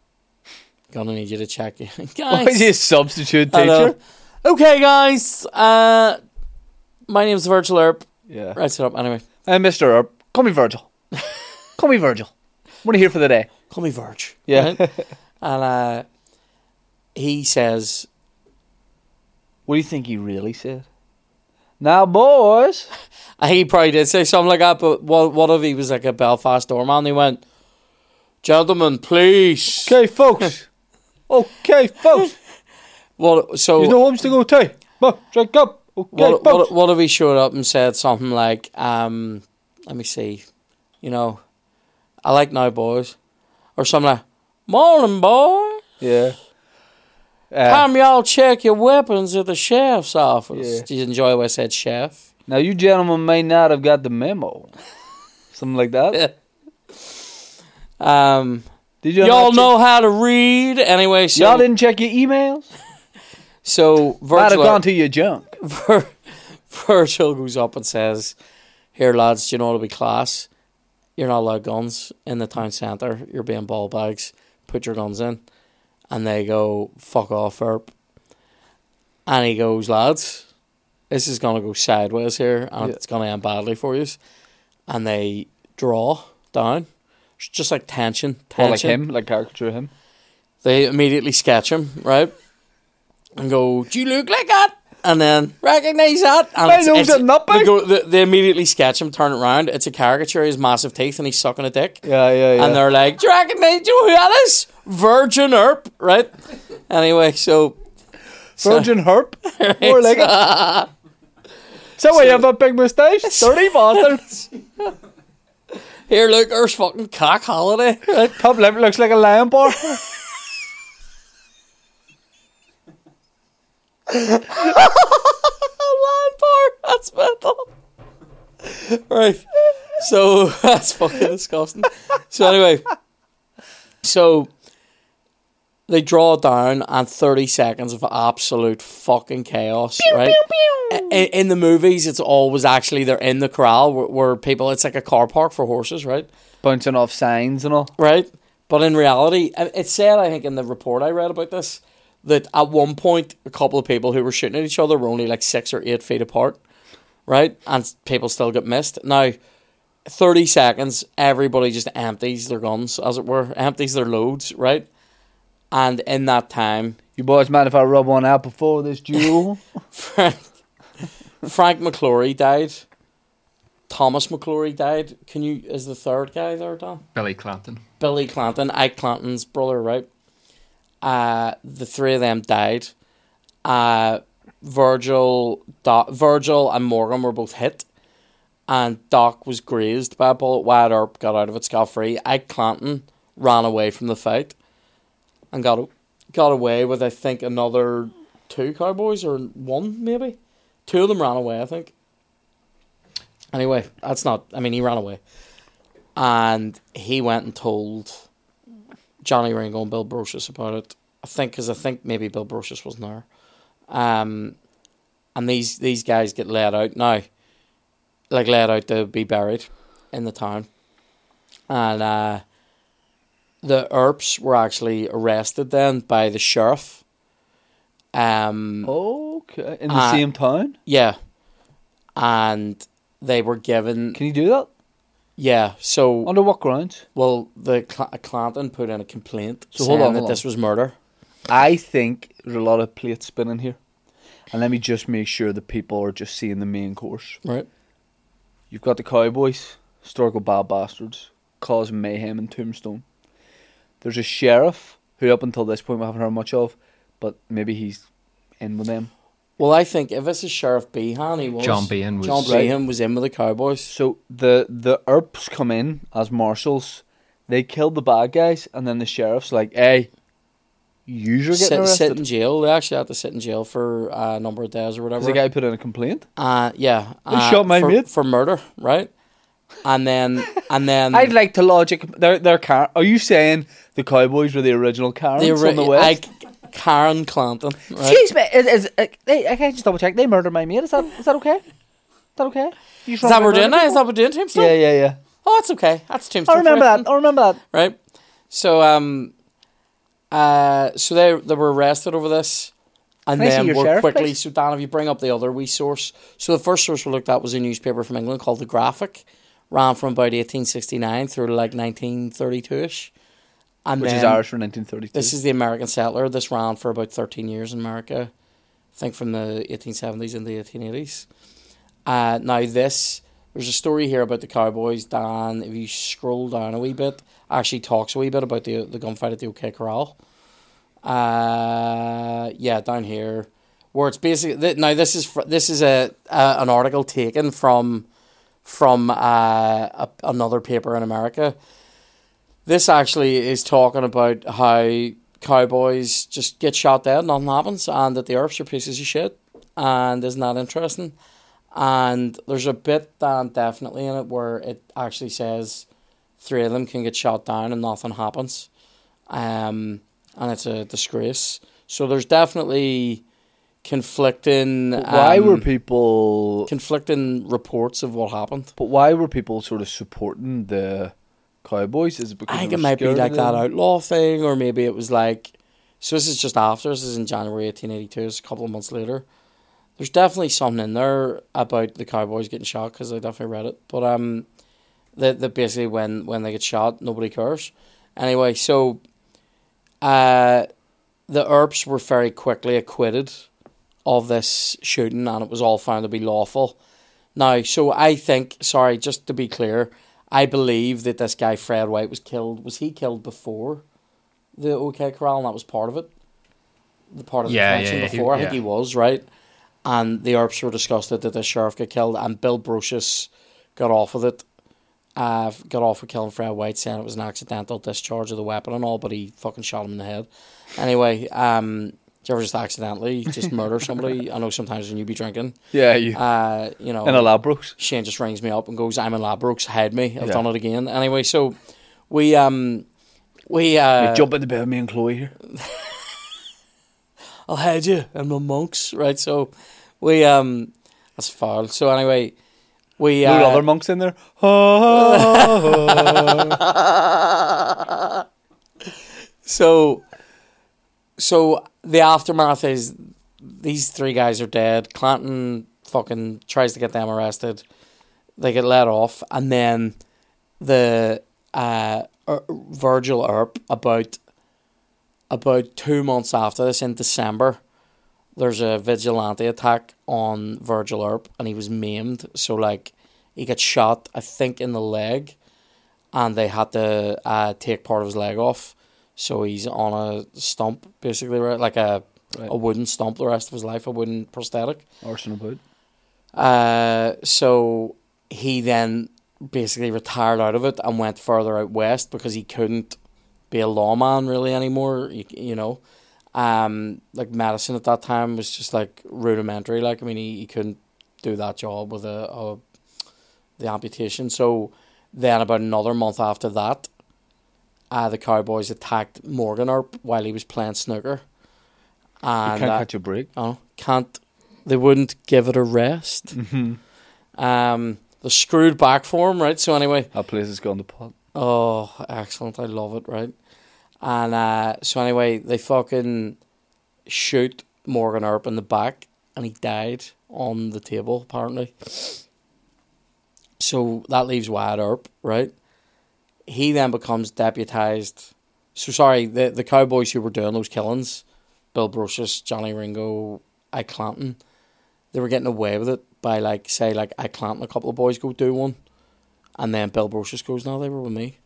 S1: gonna need you to check." <laughs>
S2: <laughs> Why is
S1: guys,
S2: he a substitute
S1: I know.
S2: teacher?
S1: Okay, guys. Uh, my name's Virgil Earp.
S2: Yeah.
S1: Right, set up anyway.
S2: Uh, Mr. Earp, call
S1: <laughs>
S2: me Virgil. call me Virgil. We're here for the day.
S1: Call me Virg.
S2: Yeah.
S1: right? and uh, he says,
S2: What do you think he really said? Now, boys.
S1: he probably did say something like that, but what, what if he was like a Belfast doorman? He went, gentlemen, please.
S2: Okay, <laughs> folks. okay, folks.
S1: What? So
S2: There's no homes to go to. But drink up. Okay,
S1: what,
S2: folks.
S1: what, what if he showed up and said something like, um, let me see, you know, I like now boys, or something like, morning boy.
S2: yeah. Uh,
S1: Time y'all check your weapons at the sheriff's office.
S2: Yeah.
S1: Did you enjoy what I said,
S2: <laughs>
S1: chef?
S2: now, you gentlemen may not have got the memo. Something like that.
S1: Um,
S2: Did you
S1: y'all
S2: not check-
S1: know how to read anyway. So,
S2: Y'all didn't check your emails?
S1: so
S2: Might have
S1: Virgil,
S2: gone to your junk.
S1: Vir- Virgil goes up and says, "Here, lads, do you know what'll be class? You're not allowed guns in the town centre. You're being ball bags. Put your guns in." And they go, "Fuck off, Herb." And he goes, "Lads, this is gonna go sideways here, and
S2: Yeah.
S1: it's gonna end badly for you." And they draw down. It's just like tension, tension.
S2: Well, like him, like caricature of him.
S1: They immediately sketch him, right? And go, Do you look like that? And then recognize that. And
S2: My nose is nothing.
S1: they, go, they, they immediately sketch him, turn it round. It's a caricature, he has massive teeth, and he's sucking a dick.
S2: Yeah, yeah, yeah.
S1: And they're like, Do you recognize do you know who that is? Virgin Earp, right? Anyway, so
S2: <laughs> Sergeant Herp. More like it. So, we have a big <laughs> moustache? Dirty bastard.
S1: here, look, there's fucking cock holiday.
S2: That top lip looks like a lion bar. <laughs>
S1: Lion bar. That's mental. Right. So <laughs> that's fucking disgusting. So anyway, so they draw it down and thirty seconds of absolute fucking chaos, right? In, in the movies, it's always actually they're in the corral where, where people. It's like a car park for horses, right?
S2: Bouncing off signs and all.
S1: right? But in reality, and it said I think in the report I read about this that at one point a couple of people who were shooting at each other were only like six or eight feet apart, right? And s- people still get missed. Now, thirty seconds, everybody just empties their guns, as it were, empties their loads, right? And in that time, <laughs>
S2: You boys mind if I rub one out before this <laughs> duel?
S1: Frank, Frank McClory died. Thomas McClory died. Can you is the third guy there, Dan?
S3: Billy Clanton.
S1: Billy Clanton, Ike Clanton's brother, right? Uh, the three of them died. Uh, Virgil, Doc, Virgil and Morgan were both hit, and Doc was grazed by a bullet. Wyatt Earp got out of it scot free. Ike Clanton ran away from the fight, and got got away with I think another two cowboys or one maybe. Two of them ran away, I think. Anyway, that's not. I mean, he ran away and he went and told Johnny Ringo and Bill Brocious about it. I think because I think maybe Bill Brocious wasn't there. Um, and these these guys get let out now, like let out to be buried in the town, and uh, the Earps were actually arrested then by the sheriff. Um,
S2: okay. In the
S1: Uh,
S2: same town?
S1: yeah, and they were given
S2: Can you do that?
S1: yeah. So
S2: Under what grounds?
S1: Well, the Cl- Clanton put in a complaint
S2: So
S1: saying
S2: hold on,
S1: that
S2: hold
S1: this was murder.
S2: I think there's a lot of plates spinning here. And let me just make sure that people are just seeing the main course.
S1: Right.
S2: You've got the Cowboys, historical bad bastards, causing mayhem in Tombstone. There's a sheriff who, up until this point, we haven't heard much of, but maybe he's in with them.
S1: Well, I think if this is Sheriff Behan, he was
S3: John Behan was-
S1: John
S2: Right.
S1: Behan was in with the Cowboys.
S2: So the the ERPs come in as marshals. They killed the bad guys, and then the sheriff's like, "Hey, you're getting
S1: Sit,
S2: arrested."
S1: sit in jail. They actually had to sit in jail for uh, a number of days or
S2: 'Cause
S1: whatever.
S2: the guy put in a complaint.
S1: uh, yeah, uh,
S2: shot my
S1: for,
S2: mate.
S1: for murder, right? And then, and
S2: <laughs>
S1: then
S2: I'd like to logic their their car. Are you saying the Cowboys were the original Karens
S1: they were-
S2: on the West?
S1: I- Karen Clanton, right?
S2: Excuse me, is, is, uh, hey, I can just double check. They murdered my mate. Is that is that okay? Is that okay? You
S1: Is that what we're doing now? Is that what we're doing, Tombstone?
S2: Yeah, yeah, yeah.
S1: Oh, that's okay. That's Tombstone. for
S2: I remember
S1: everything.
S2: that. I remember that.
S1: right? So um, uh, so they they were arrested over this, and
S2: Can I see
S1: then
S2: your
S1: were
S2: sheriff,
S1: quickly.
S2: please?
S1: So Dan, if you bring up the other wee source, so the first source we looked at was a newspaper from England called the Graphic, ran from about eighteen sixty nine through to like nineteen thirty two ish, and
S2: Which
S1: then
S2: is Irish for 1932.
S1: this is the American Settler. This ran for about 13 years in America, I think from the 1870s into the 1880s. Uh, now, this, there's a story here about the Cowboys. Dan, if you scroll down a wee bit, actually talks a wee bit about the, the gunfight at the OK Corral. Uh, yeah, down here, where it's basically th- now this is fr- this is a, a an article taken from from uh, a, another paper in America this actually is talking about how cowboys just get shot dead, nothing happens, and that the Earps are pieces of shit. And isn't that interesting? And there's a bit down definitely in it where it actually says three of them can get shot down and nothing happens. Um, and it's a disgrace. So there's definitely conflicting.
S2: But why
S1: um,
S2: were people?
S1: conflicting reports of what happened?
S2: But why were people sort of supporting the Cowboys? Is it because
S1: I
S2: they
S1: think
S2: were
S1: it might be
S2: scared of
S1: like that
S2: them?
S1: outlaw thing, or maybe it was like. So this is just after. This is in January eighteen eighty two. It's a couple of months later. There's definitely something in there about the Cowboys getting shot because I definitely read it. But um, that that basically when when they get shot, nobody cares. Anyway, so, uh, the Earps were very quickly acquitted of this shooting, and it was all found to be lawful. Now, so I think, sorry, just to be clear, I believe that this guy Fred White was killed. Was he killed before the OK Corral, and that was part of it? the part of the
S3: Yeah,
S1: connection
S3: yeah, yeah, he-
S1: before. I think
S3: yeah.
S1: he was right, and the Earps were disgusted that the sheriff got killed, and Bill Brocious got off with it. Uh, got off with killing Fred White, saying it was an accidental discharge of the weapon and all, but he fucking shot him in the head. Anyway, um, do you ever just accidentally just murder
S3: <laughs>
S1: somebody? I know sometimes when you be drinking,
S2: Yeah, you
S1: uh, you know,
S2: in a Labrooks.
S1: Shane just rings me up and goes, "I'm in Labrooks, hide me. I've
S2: Yeah.
S1: done it again." Anyway, so we um we uh,
S2: Jump in the bed, with me and Chloe here.
S1: I'll hide you and my monks, right? So we um that's foul. So anyway, we
S2: There
S1: uh,
S2: were other
S1: <laughs>
S2: monks in there. <laughs> Oh,
S1: so so the aftermath is these three guys are dead. Clanton fucking tries to get them arrested. They get let off, and then the uh, Er- Virgil Earp about about two months after this in December. There's a vigilante attack on Virgil Earp, and he was maimed. So like, he got shot, I think, in the leg, and they had to uh, take part of his leg off. So he's on a stump, basically, right? Like a
S2: Right.
S1: a wooden stump the rest of his life, a wooden prosthetic.
S2: Arsenal boot.
S1: Uh, so he then basically retired out of it and went further out west because he couldn't be a lawman really anymore. You, you know, um, like medicine at that time was just like rudimentary. Like I mean, he, he couldn't do that job with a, a the amputation. So then, about another month after that, uh, the Cowboys attacked Morgan Earp while he was playing snooker.
S2: You
S1: And
S2: can't
S1: uh,
S2: catch a break.
S1: Oh, can't. They wouldn't give it a rest. Um, the screwed back for him, right? So anyway,
S2: That place has gone to pot.
S1: oh, excellent. I love it, right? And uh, so anyway, they fucking shoot Morgan Earp in the back, and he died on the table apparently. So that leaves Wyatt Earp, right? He then becomes deputized. So sorry, the the cowboys who were doing those killings, Bill Brocious, Johnny Ringo, Ike Clanton, they were getting away with it by like say like Ike Clanton, a couple of boys go do one, and then Bill Brocious goes, no, they were with me.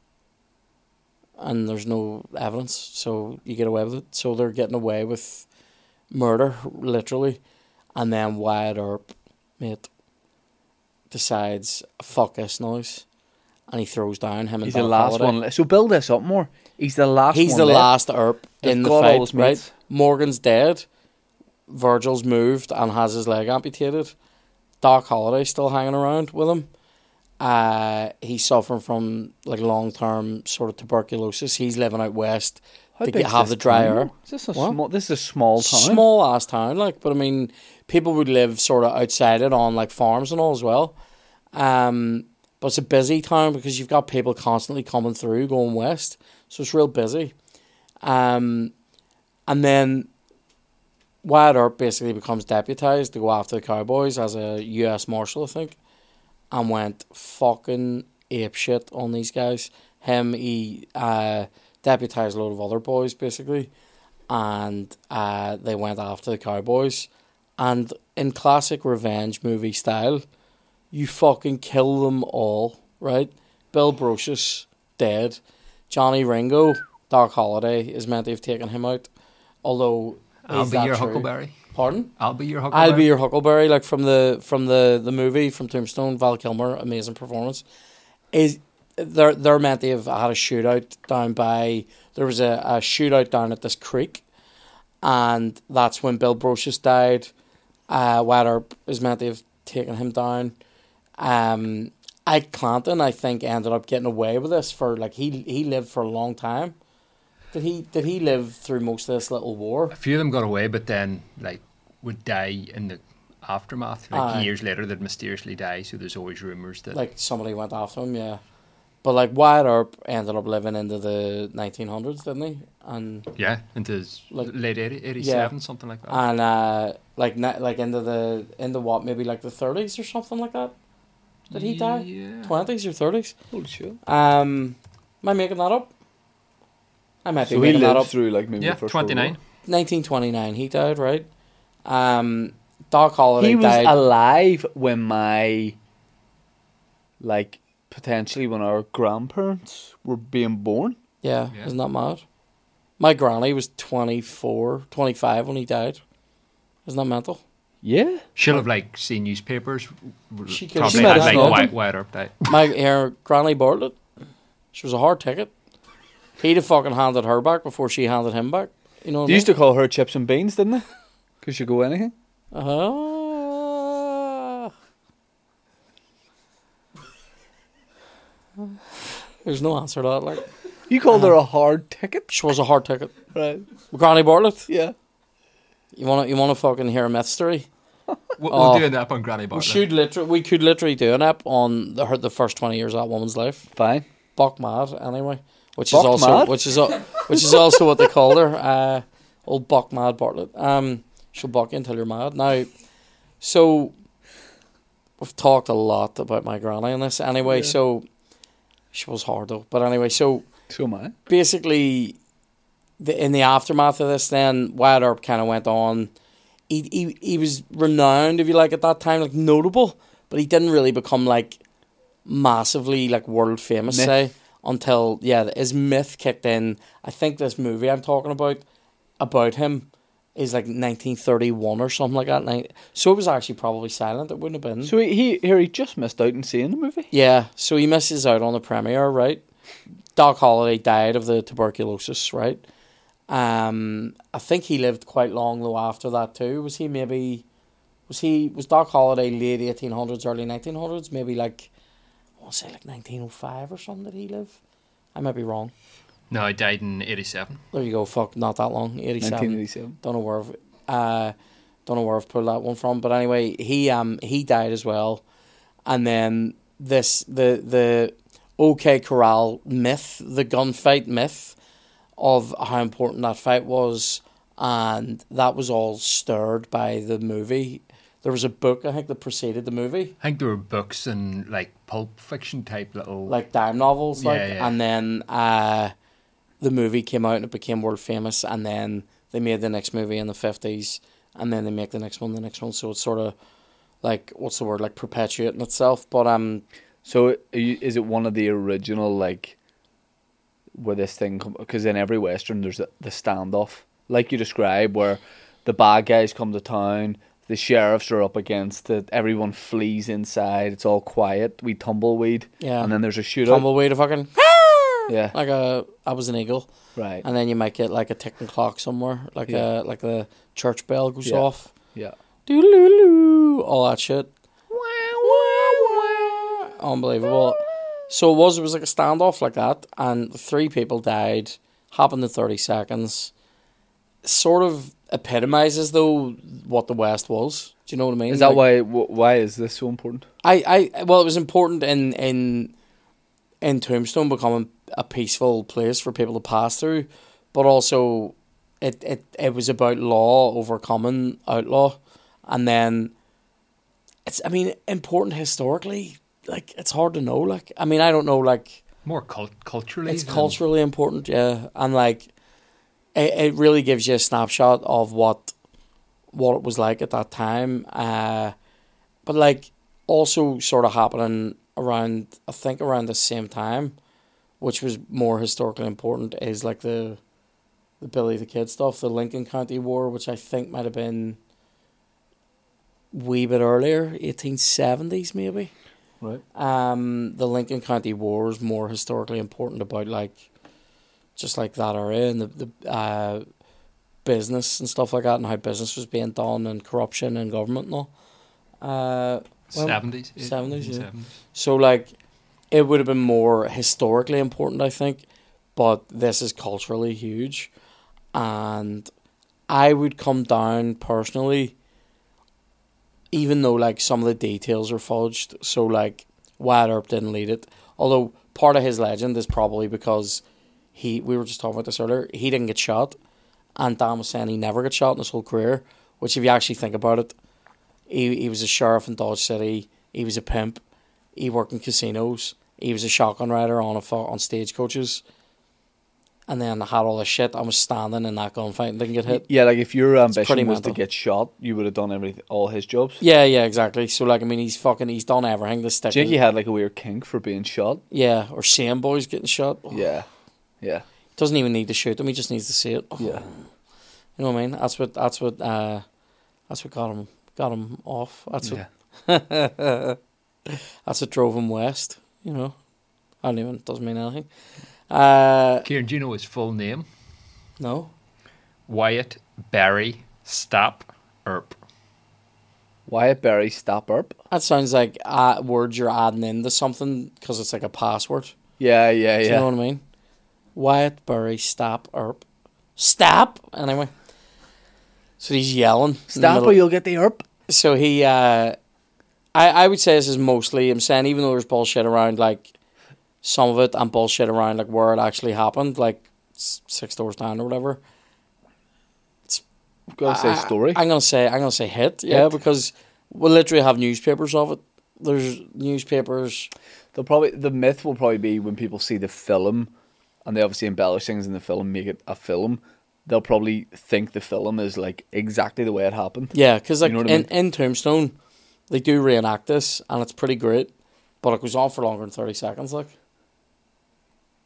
S1: And there's no evidence, so you get away with it. So they're getting away with murder, literally, and then Wyatt Earp, mate, decides fuck this noise, and he throws down him and
S2: He's the
S1: Doc
S2: last
S1: Holliday.
S2: one. le- So build this up more. He's the last.
S1: He's
S2: one
S1: the
S2: left.
S1: last ERP
S2: They've
S1: in the
S2: got all
S1: fight,
S2: his
S1: right?
S2: mates.
S1: Morgan's dead. Virgil's moved and has his leg amputated. Doc Holliday's still hanging around with him. Uh, he's suffering from like long term sort of tuberculosis. He's living out west.
S2: How
S1: They
S2: big
S1: have
S2: is
S1: the
S2: this
S1: dry
S2: town?
S1: air.
S2: Is this a
S1: What?
S2: small? This is a small town.
S1: Small ass town, like, but I mean, people would live sort of outside it on like farms and all as well. Um, but it's a busy town because you've got people constantly coming through going west, so it's real busy. Um, and then Wyatt Earp basically becomes deputized to go after the Cowboys as a U.S. Marshal, I think, and went fucking apeshit on these guys. Him, he uh, deputized a load of other boys basically, and uh, they went after the Cowboys. And in classic revenge movie style, you fucking kill them all, right? Bill Brocious dead. Johnny Ringo, Doc Holliday is meant to have taken him out. Although
S3: I'll
S1: is
S3: be
S1: that
S3: your
S1: true?
S3: Huckleberry.
S1: Pardon?
S3: I'll be your Huckleberry.
S1: I'll be your Huckleberry, like from the from the the movie from Tombstone. Val Kilmer, amazing performance. Is they're they're meant to have had a shootout down by there was a, a shootout down at this creek, and that's when Bill Brocious died. Uh, Wyatt Earp is meant to have taken him down. Um, Ike Clanton, I think, ended up getting away with this for like he he lived for a long time. Did he did he live through most of this little war?
S3: A few of them got away, but then like would die in the aftermath. Like
S1: Aye.
S3: years later, they'd mysteriously die. So there's always rumors that
S1: like somebody went after him, yeah. But like Wyatt Earp ended up living into the nineteen hundreds, didn't he? And
S3: yeah, into his
S1: Like-
S3: late 80, 87, something like
S2: Oh.
S3: that.
S1: and uh, like ni- like into the into what maybe like the thirties or something like that. Did he die?
S3: Yeah.
S1: Twenties or thirties?
S2: Holy shit.
S1: Um, am I making that up? I might be
S2: So he
S1: making that
S2: lived
S1: up.
S2: through like maybe
S3: Yeah,
S2: the first
S3: 29.
S1: Nineteen twenty nine, he died, right? Um, Doc Holliday
S2: He was
S1: died.
S2: alive when my, like, potentially when our grandparents were being born.
S1: yeah,
S3: Yeah.
S1: isn't that mad? My granny was 24, 25 when he died. Isn't that mental?
S2: Yeah.
S3: She'll have like seen newspapers.
S1: She could- she
S3: probably had
S1: might
S3: like
S1: have known.
S3: white, white update.
S1: My her granny Bartlett, she was a hard ticket. He'd have fucking handed her back before she handed him back. You know what
S2: They
S1: I
S2: used
S1: mean?
S2: to call her chips and beans, didn't they? <laughs> Could she go anything?
S1: Uh-huh. There's no answer to that. Like
S2: You called her a
S1: Uh-huh.
S2: hard ticket,
S1: she was a hard ticket.
S2: right?
S1: Granny Bartlett,
S2: Yeah.
S1: you wanna you wanna fucking hear a myth story?
S3: We'll,
S1: Oh.
S3: we'll do an app on Granny
S1: We
S3: Bartlett.
S1: should literally we could literally do an app on the her, the first twenty years of that woman's life.
S2: Fine.
S1: Buck mad anyway, which
S2: Buck
S1: is also
S2: mad?
S1: which is al- which is also what they call her, uh, old buck mad Bartlett. Um, she'll buck you until you're mad. Now, so we've talked a lot about my granny and this anyway.
S2: Yeah.
S1: So she was hard though, but anyway, so
S2: So am I.
S1: basically, the, in the aftermath of this, then Wyatt Earp kind of went on. He, he he was renowned, if you like, at that time, like notable, but he didn't really become like massively like world famous,
S2: Myth.
S1: say, until yeah, his myth kicked in. I think this movie I'm talking about about him is like 1931 or something like that. Nin- So it was actually probably silent. It wouldn't have been.
S2: So he, he here he just missed out on seeing the movie.
S1: Yeah, so he misses out on the premiere, right? Doc Holliday died of the tuberculosis, right? Um, I think he lived quite long though after that too. Was he maybe? Was he was Doc Holliday late eighteen hundreds, early nineteen hundreds? Maybe like, I want to say like nineteen oh five or something. Did he live? I might be wrong.
S3: No, I died in 87.
S1: There you go. Fuck, not that long. Eighty seven.
S2: 1987.
S1: Don't know where I've, uh, don't know where I've pulled that one from. But anyway, he um he died as well, and then this the the OK Corral myth, the gunfight myth, of how important that fight was, and that was all stirred by the movie. There was a book I think that preceded the movie,
S3: I think there were books and like pulp fiction type little.
S1: like dime novels, like,
S3: Yeah, yeah.
S1: and then uh, the movie came out and it became world famous, and then they made the next movie in the fifties, and then they make the next one, the next one. So it's sort of like what's the word, like perpetuating itself. But um,
S2: So are you- is it one of the original like where this thing because in every western there's the, the standoff like you describe where the bad guys come to town, the sheriffs are up against it, everyone flees inside, it's all quiet, we tumbleweed,
S1: Yeah.
S2: and then there's a shootout.
S1: tumbleweed, a fucking
S2: yeah,
S1: like a I was an eagle,
S2: right.
S1: and then you might get like a ticking clock somewhere, like
S2: Yeah.
S1: a like the church bell goes
S2: Yeah.
S1: off,
S2: yeah,
S1: doo all that shit. Unbelievable. So it was it was like a standoff like that, and three people died. Happened in thirty seconds. Sort of epitomizes though what the West was. Do you know what I mean?
S2: is that
S1: Like,
S2: why? wh- Why is this so important?
S1: I, I well, it was important in in in Tombstone becoming a peaceful place for people to pass through, but also it it, it was about law overcoming outlaw, and then it's I mean important historically. Like it's hard to know. Like I mean I don't know. Like
S3: More cult- culturally.
S1: it's
S3: than-
S1: culturally important, yeah, and like it, it really gives you a snapshot of what what it was like at that time. Uh, but like also sort of happening around, I think around the same time, which was more historically important, is like the the Billy the Kid stuff, the Lincoln County War, which I think might have been wee bit earlier, eighteen seventies maybe
S2: Right.
S1: um, the Lincoln County War is more historically important about like just like that area and the the uh, business and stuff like that and how business was being done and corruption and government and all. Uh, Well,
S3: 70s. eh,
S1: 70s, yeah.
S3: 70s.
S1: so like it would have been more historically important, I think, but this is culturally huge, and I would come down personally. Even though like some of the details are fudged, so like Wyatt Earp didn't lead it. Although part of his legend is probably because he we were just talking about this earlier. He didn't get shot, and Dan was saying he never got shot in his whole career. Which, if you actually think about it, he he was a sheriff in Dodge City. He was a pimp. He worked in casinos. He was a shotgun rider on a fu- on stagecoaches. And then had all this shit. I was standing in that gunfight and didn't get hit.
S2: Yeah, like if your
S1: pretty
S2: ambition was to
S1: mental.
S2: get shot, you would have done everything, all his jobs.
S1: Yeah, yeah, exactly. So like, I mean, he's fucking, he's done everything. The stick,
S2: Jakey had like a weird kink for being shot.
S1: Oh. yeah, or seeing boys getting shot.
S2: Yeah, yeah.
S1: Doesn't even need to shoot them. He just needs to see it. Oh,
S2: Yeah.
S1: You know what I mean? That's what. That's what. Uh, that's what got him. Got him off. That's
S2: yeah.
S1: what. <laughs> that's what drove him west. You know. I don't even. Doesn't mean anything. Uh,
S3: Kieran, do you know his full name?
S1: no.
S3: Wyatt Barry Stapp Earp.
S2: Wyatt Berry, stop up.
S1: That sounds like uh, words you're adding into something because it's like a password.
S2: Yeah, yeah,
S1: Do
S2: yeah.
S1: you know what I mean? Wyatt Burry, stop, erp. Stop! Anyway. So he's yelling. in the
S2: Stop
S1: middle-
S2: or you'll get the herp.
S1: So he, uh, I, I would say this is mostly him saying, even though there's bullshit around, like, some of it and bullshit around, like, where it actually happened, like, s- six doors down or whatever.
S2: I've got to say
S1: I-
S2: story.
S1: I, am gonna say I'm gonna say hit, yeah,
S2: Hit.
S1: because we literally have newspapers of it. There's newspapers.
S2: They'll probably the myth will probably be when people see the film, and they obviously embellish things in the film, make it a film. They'll probably think the film is like exactly the way it happened.
S1: Yeah, because like
S2: know what I
S1: in, in Tombstone, they do reenact this, and it's pretty great, but it goes on for longer than thirty seconds. Like,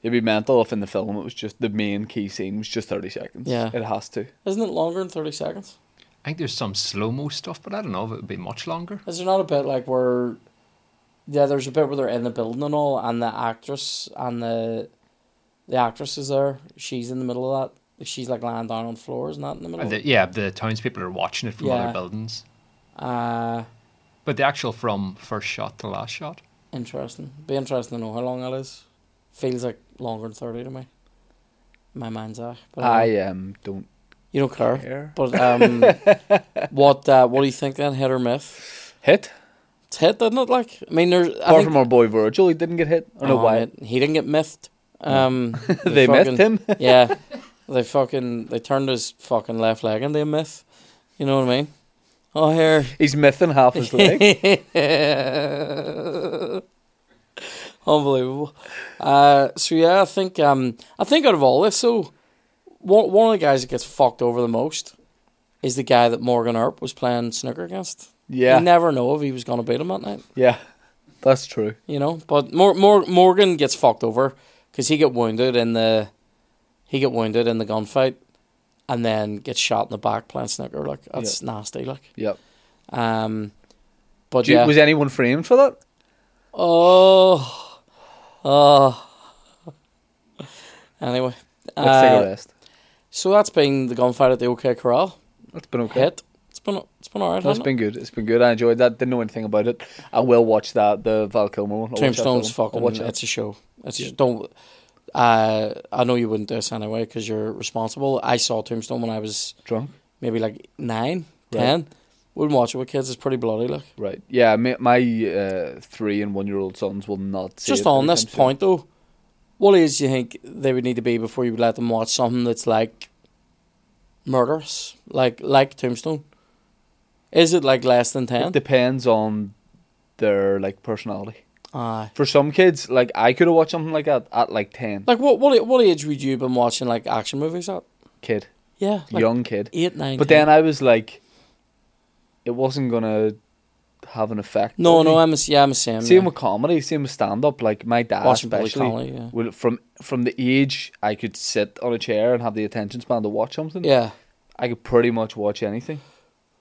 S2: It'd be mental if in the film it was just the main key scene was just thirty seconds.
S1: Yeah.
S2: it has to.
S1: isn't it longer than thirty seconds?
S3: I think there's some slow mo stuff, but I don't know if it would be much longer.
S1: Is there not a bit like where? Yeah, there's a bit where they're in the building and all, and the actress and the the actress is there. She's in the middle of that. She's like lying down on floors, not in the middle.
S3: And the- yeah, the townspeople are watching it from
S1: Yeah.
S3: other buildings.
S1: Uh
S3: But the actual from first shot to last shot.
S1: Interesting. Be interesting to know how long that is. Feels like longer than thirty to me. My mind's eye. But, um,
S2: I um don't
S1: you don't care.
S2: care.
S1: But um,
S2: <laughs>
S1: what uh, what do you think then? Hit or myth?
S2: Hit
S1: It's hit, didn't it? Like I mean, there's I
S2: apart
S1: think,
S2: from our boy Virgil, he didn't get hit. I don't know
S1: Oh,
S2: why
S1: mate, he didn't get mythed. Um,
S2: <laughs> they
S1: fucking-
S2: missed him. <laughs>
S1: <laughs> yeah, they fucking they turned his fucking left leg into a myth. You know what I mean? Oh, here
S2: He's missing
S1: <laughs>
S2: half his leg.
S1: Unbelievable. Uh, so yeah, I think um, I think out of all this, so one one of the guys that gets fucked over the most is the guy that Morgan Earp was playing snooker against.
S2: Yeah,
S1: You never know if he was gonna beat him that night,
S2: yeah, that's true.
S1: you know. But Mor- Mor- Morgan gets fucked over because he got wounded in the he got wounded in the gunfight, and then gets shot in the back playing snooker. Like that's nasty. Like
S2: Yep.
S1: um, but
S2: Do you-
S1: yeah.
S2: Was anyone framed for that?
S1: Oh, oh. Anyway,
S2: Let's
S1: uh,
S2: take a rest.
S1: so that's been the gunfight at the OK Corral.
S2: That's been okay.
S1: Hit. It's been it's been alright.
S2: No, it's
S1: hasn't it?
S2: been good. It's been good. I enjoyed that. Didn't know anything about it. I will watch that. The Val Kilmer one. I'll watch that
S1: Tombstone's
S2: film. I'll
S1: fucking.
S2: Watch it.
S1: it's a show. It's a- don't. Uh, I know you wouldn't do this anyway because you're responsible. I saw Tombstone when I was
S2: Drunk.
S1: maybe like nine,
S2: Right.
S1: ten. Wouldn't watch it with kids. It's pretty bloody. Like
S2: Right. Yeah. My, my uh, three and one year old sons will not. See
S1: just
S2: it
S1: on
S2: anytime
S1: this
S2: soon.
S1: point though, what age do you think they would need to be before you would let them watch something that's like murderous, like like Tombstone? Is it like less than ten?
S2: It depends on their like personality.
S1: Aye.
S2: For some kids, like I could have watched something like that at like ten.
S1: Like what what what age would you have been watching like action movies at?
S2: kid,
S1: Yeah, like
S2: young kid.
S1: eight, nine.
S2: But
S1: 10.
S2: then I was like, it wasn't gonna have an effect.
S1: no,
S2: on me.
S1: no, I'm a, yeah, I'm the same.
S2: Same
S1: yeah.
S2: with comedy, same with stand up. Like my dad,
S1: watching Billy
S2: especially,
S1: Connolly. Yeah.
S2: Well, from from the age I could sit on a chair and have the attention span to watch something,
S1: yeah,
S2: I could pretty much watch anything.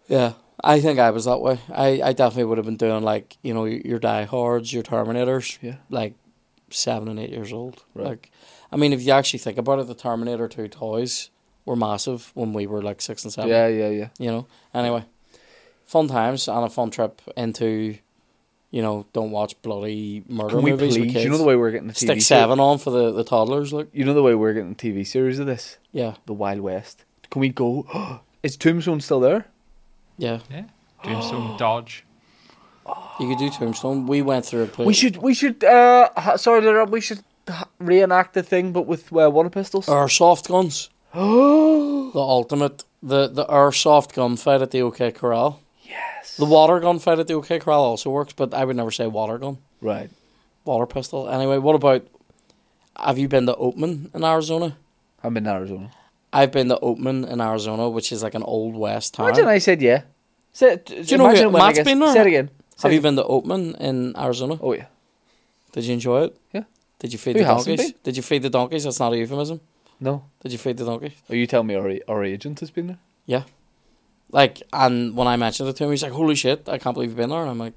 S1: yeah. I think I was that way. I, I definitely would have been doing like you know your Die Hards, your Terminators,
S2: Yeah.
S1: like seven and eight years old.
S2: Right.
S1: Like, I mean, if you actually think about it, the Terminator Two toys were massive when we were like six and seven.
S2: Yeah, yeah, yeah.
S1: You know. Anyway, fun times and a fun trip into, you know, don't watch bloody murder
S2: Can we
S1: movies
S2: please?
S1: with kids.
S2: You know the way we're getting the TV
S1: Stick
S2: ser-
S1: seven on for the the toddlers. Like,
S2: You know the way we're getting TV series of this,
S1: yeah,
S2: the Wild West. Can we go? <gasps> Is Tombstone still there?
S1: yeah.
S3: Yeah. <gasps> Tombstone Dodge.
S1: You could do Tombstone. We went through a place.
S2: We should. We should. Uh, ha- sorry, Laura, we should ha- reenact the thing, but with uh, water pistols.
S1: our soft guns.
S2: Oh
S1: The ultimate, the the airsoft gunfight at the OK Corral.
S2: <gasps> yes.
S1: The water gun fight at the OK Corral also works, but I would never say water gun,
S2: right.
S1: water pistol. Anyway, what about? Have you been to Oatman in Arizona?
S2: I'm in Arizona.
S1: I've been to Oatman in Arizona, which is like an old west town.
S2: Imagine I said yeah. Say, Do
S1: you know who- Matt's been there?
S2: Say it again. Say
S1: Have
S2: it
S1: you
S2: again.
S1: been to Oatman in Arizona?
S2: Oh yeah.
S1: Did you enjoy it?
S2: Yeah.
S1: Did you feed
S2: Who
S1: the
S2: hasn't
S1: donkeys?
S2: been?
S1: Did you feed the donkeys? That's not a euphemism.
S2: No.
S1: Did you feed the donkey?
S2: Are Oh, you telling me our, our agent has been there?
S1: Yeah. Like, and when I mentioned it to him, he's like, "Holy shit! I can't believe you've been there." And I'm like,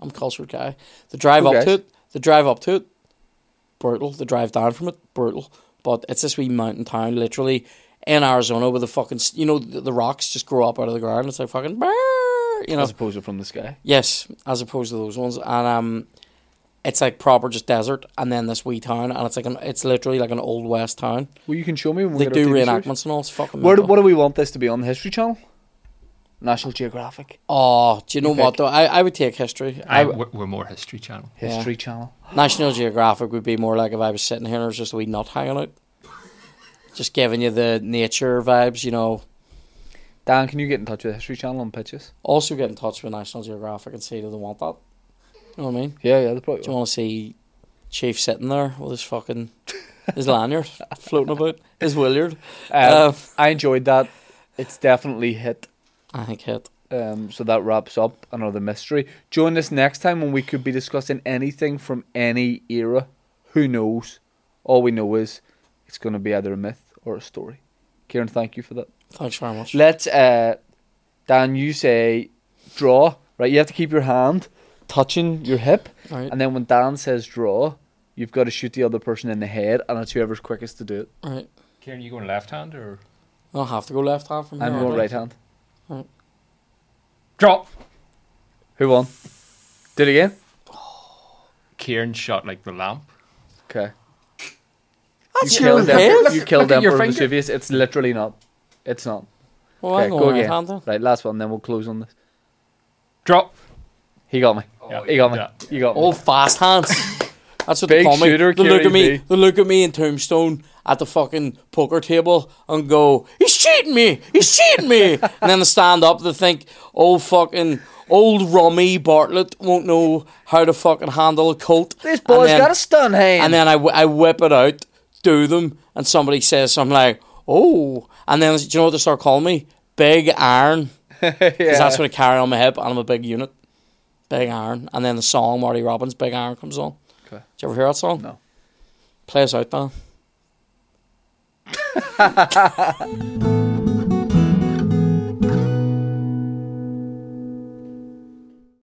S1: "I'm a cultured guy." The drive
S2: Okay.
S1: up to it, the drive up to it, brutal. The drive down from it, brutal. But it's this wee mountain town, literally in Arizona, with the fucking s- you know the, the rocks just grow up out of the ground. It's like fucking, brrr, you know.
S2: As opposed to from the sky.
S1: Yes, as opposed to those ones, and um, it's like proper just desert, and then this wee town, and it's like an, it's literally like an old west town.
S2: Well, you can show me. When we
S1: They
S2: get
S1: do
S2: our TV series.
S1: reenactments and all. It's fucking.
S2: Where do,
S1: mental.
S2: what do we want this to be on the History Channel? National Geographic,
S1: Oh, do you know
S2: You
S1: what
S2: pick.
S1: though? I, I would take history.
S3: I,
S1: I,
S3: we're, we're more History Channel.
S1: Yeah.
S2: History Channel.
S1: National Geographic would be more like if I was sitting here and there's just a wee nut hanging out, just giving you the nature vibes. You know.
S2: Dan, can you get in touch with History Channel on pitches?
S1: Also, get in touch with National Geographic and see do they want that. You know what I mean?
S2: Yeah, yeah, they probably.
S1: Do you
S2: will.
S1: want to see Chief sitting there with his fucking his lanyard <laughs> floating about his Williard?
S2: Um,
S1: Um,
S2: I enjoyed that. It's definitely hit.
S1: I think it.
S2: Um, so that wraps up another mystery. Join us next time when we could be discussing anything from any era. Who knows? All we know is it's going to be either a myth or a story. Kieran, thank you for that.
S1: Thanks very much.
S2: Let's, uh, Dan, you say draw, right? You have to keep your hand touching your hip.
S1: All right,
S2: And then when Dan says draw, you've got to shoot the other person in the head, and it's whoever's quickest to do it.
S1: all right.
S3: Kieran, you going left hand or
S1: I don't have to go left hand from here.
S2: I'm
S1: am
S2: going right hand.
S3: drop?
S2: Who won? Do it again?
S3: Kieran shot like the lamp.
S2: Okay.
S1: That's your head.
S2: you killed
S3: Look at your
S2: Emperor
S3: finger.
S2: Vesuvius. It's literally not. It's not.
S1: Well,
S2: Okay,
S1: I'm
S2: go
S1: going right
S2: again.
S1: hand then.
S2: Right, last one, then we'll close on this.
S3: Drop.
S2: He got me.
S3: Yeah,
S2: he got me.
S3: yeah.
S2: You got me.
S1: Oh, fast
S2: <laughs>
S1: hands. That's what they
S2: Big
S1: call me.
S2: shooter,
S1: they look at
S2: Kerry
S1: me.
S2: B.
S1: They look at me in Tombstone at the fucking poker table and go, "He's cheating me! He's cheating
S2: <laughs>
S1: me!" and then they stand up. They think, "Oh fucking old Romy Bartlett won't know how to fucking handle a colt."
S2: This
S1: And
S2: boy's
S1: then-
S2: got a stun hand. <laughs>
S1: and then I, wh- I whip it out, do them, and somebody says something like, "Oh," and then do you know what they start calling me? Big Iron. Because that's what I carry on my hip, and I'm a big unit. Big Iron. And then the song, Marty Robbins, Big Iron, comes on.
S2: Okay.
S1: Did you ever hear that song?
S2: No.
S1: Play us out, man.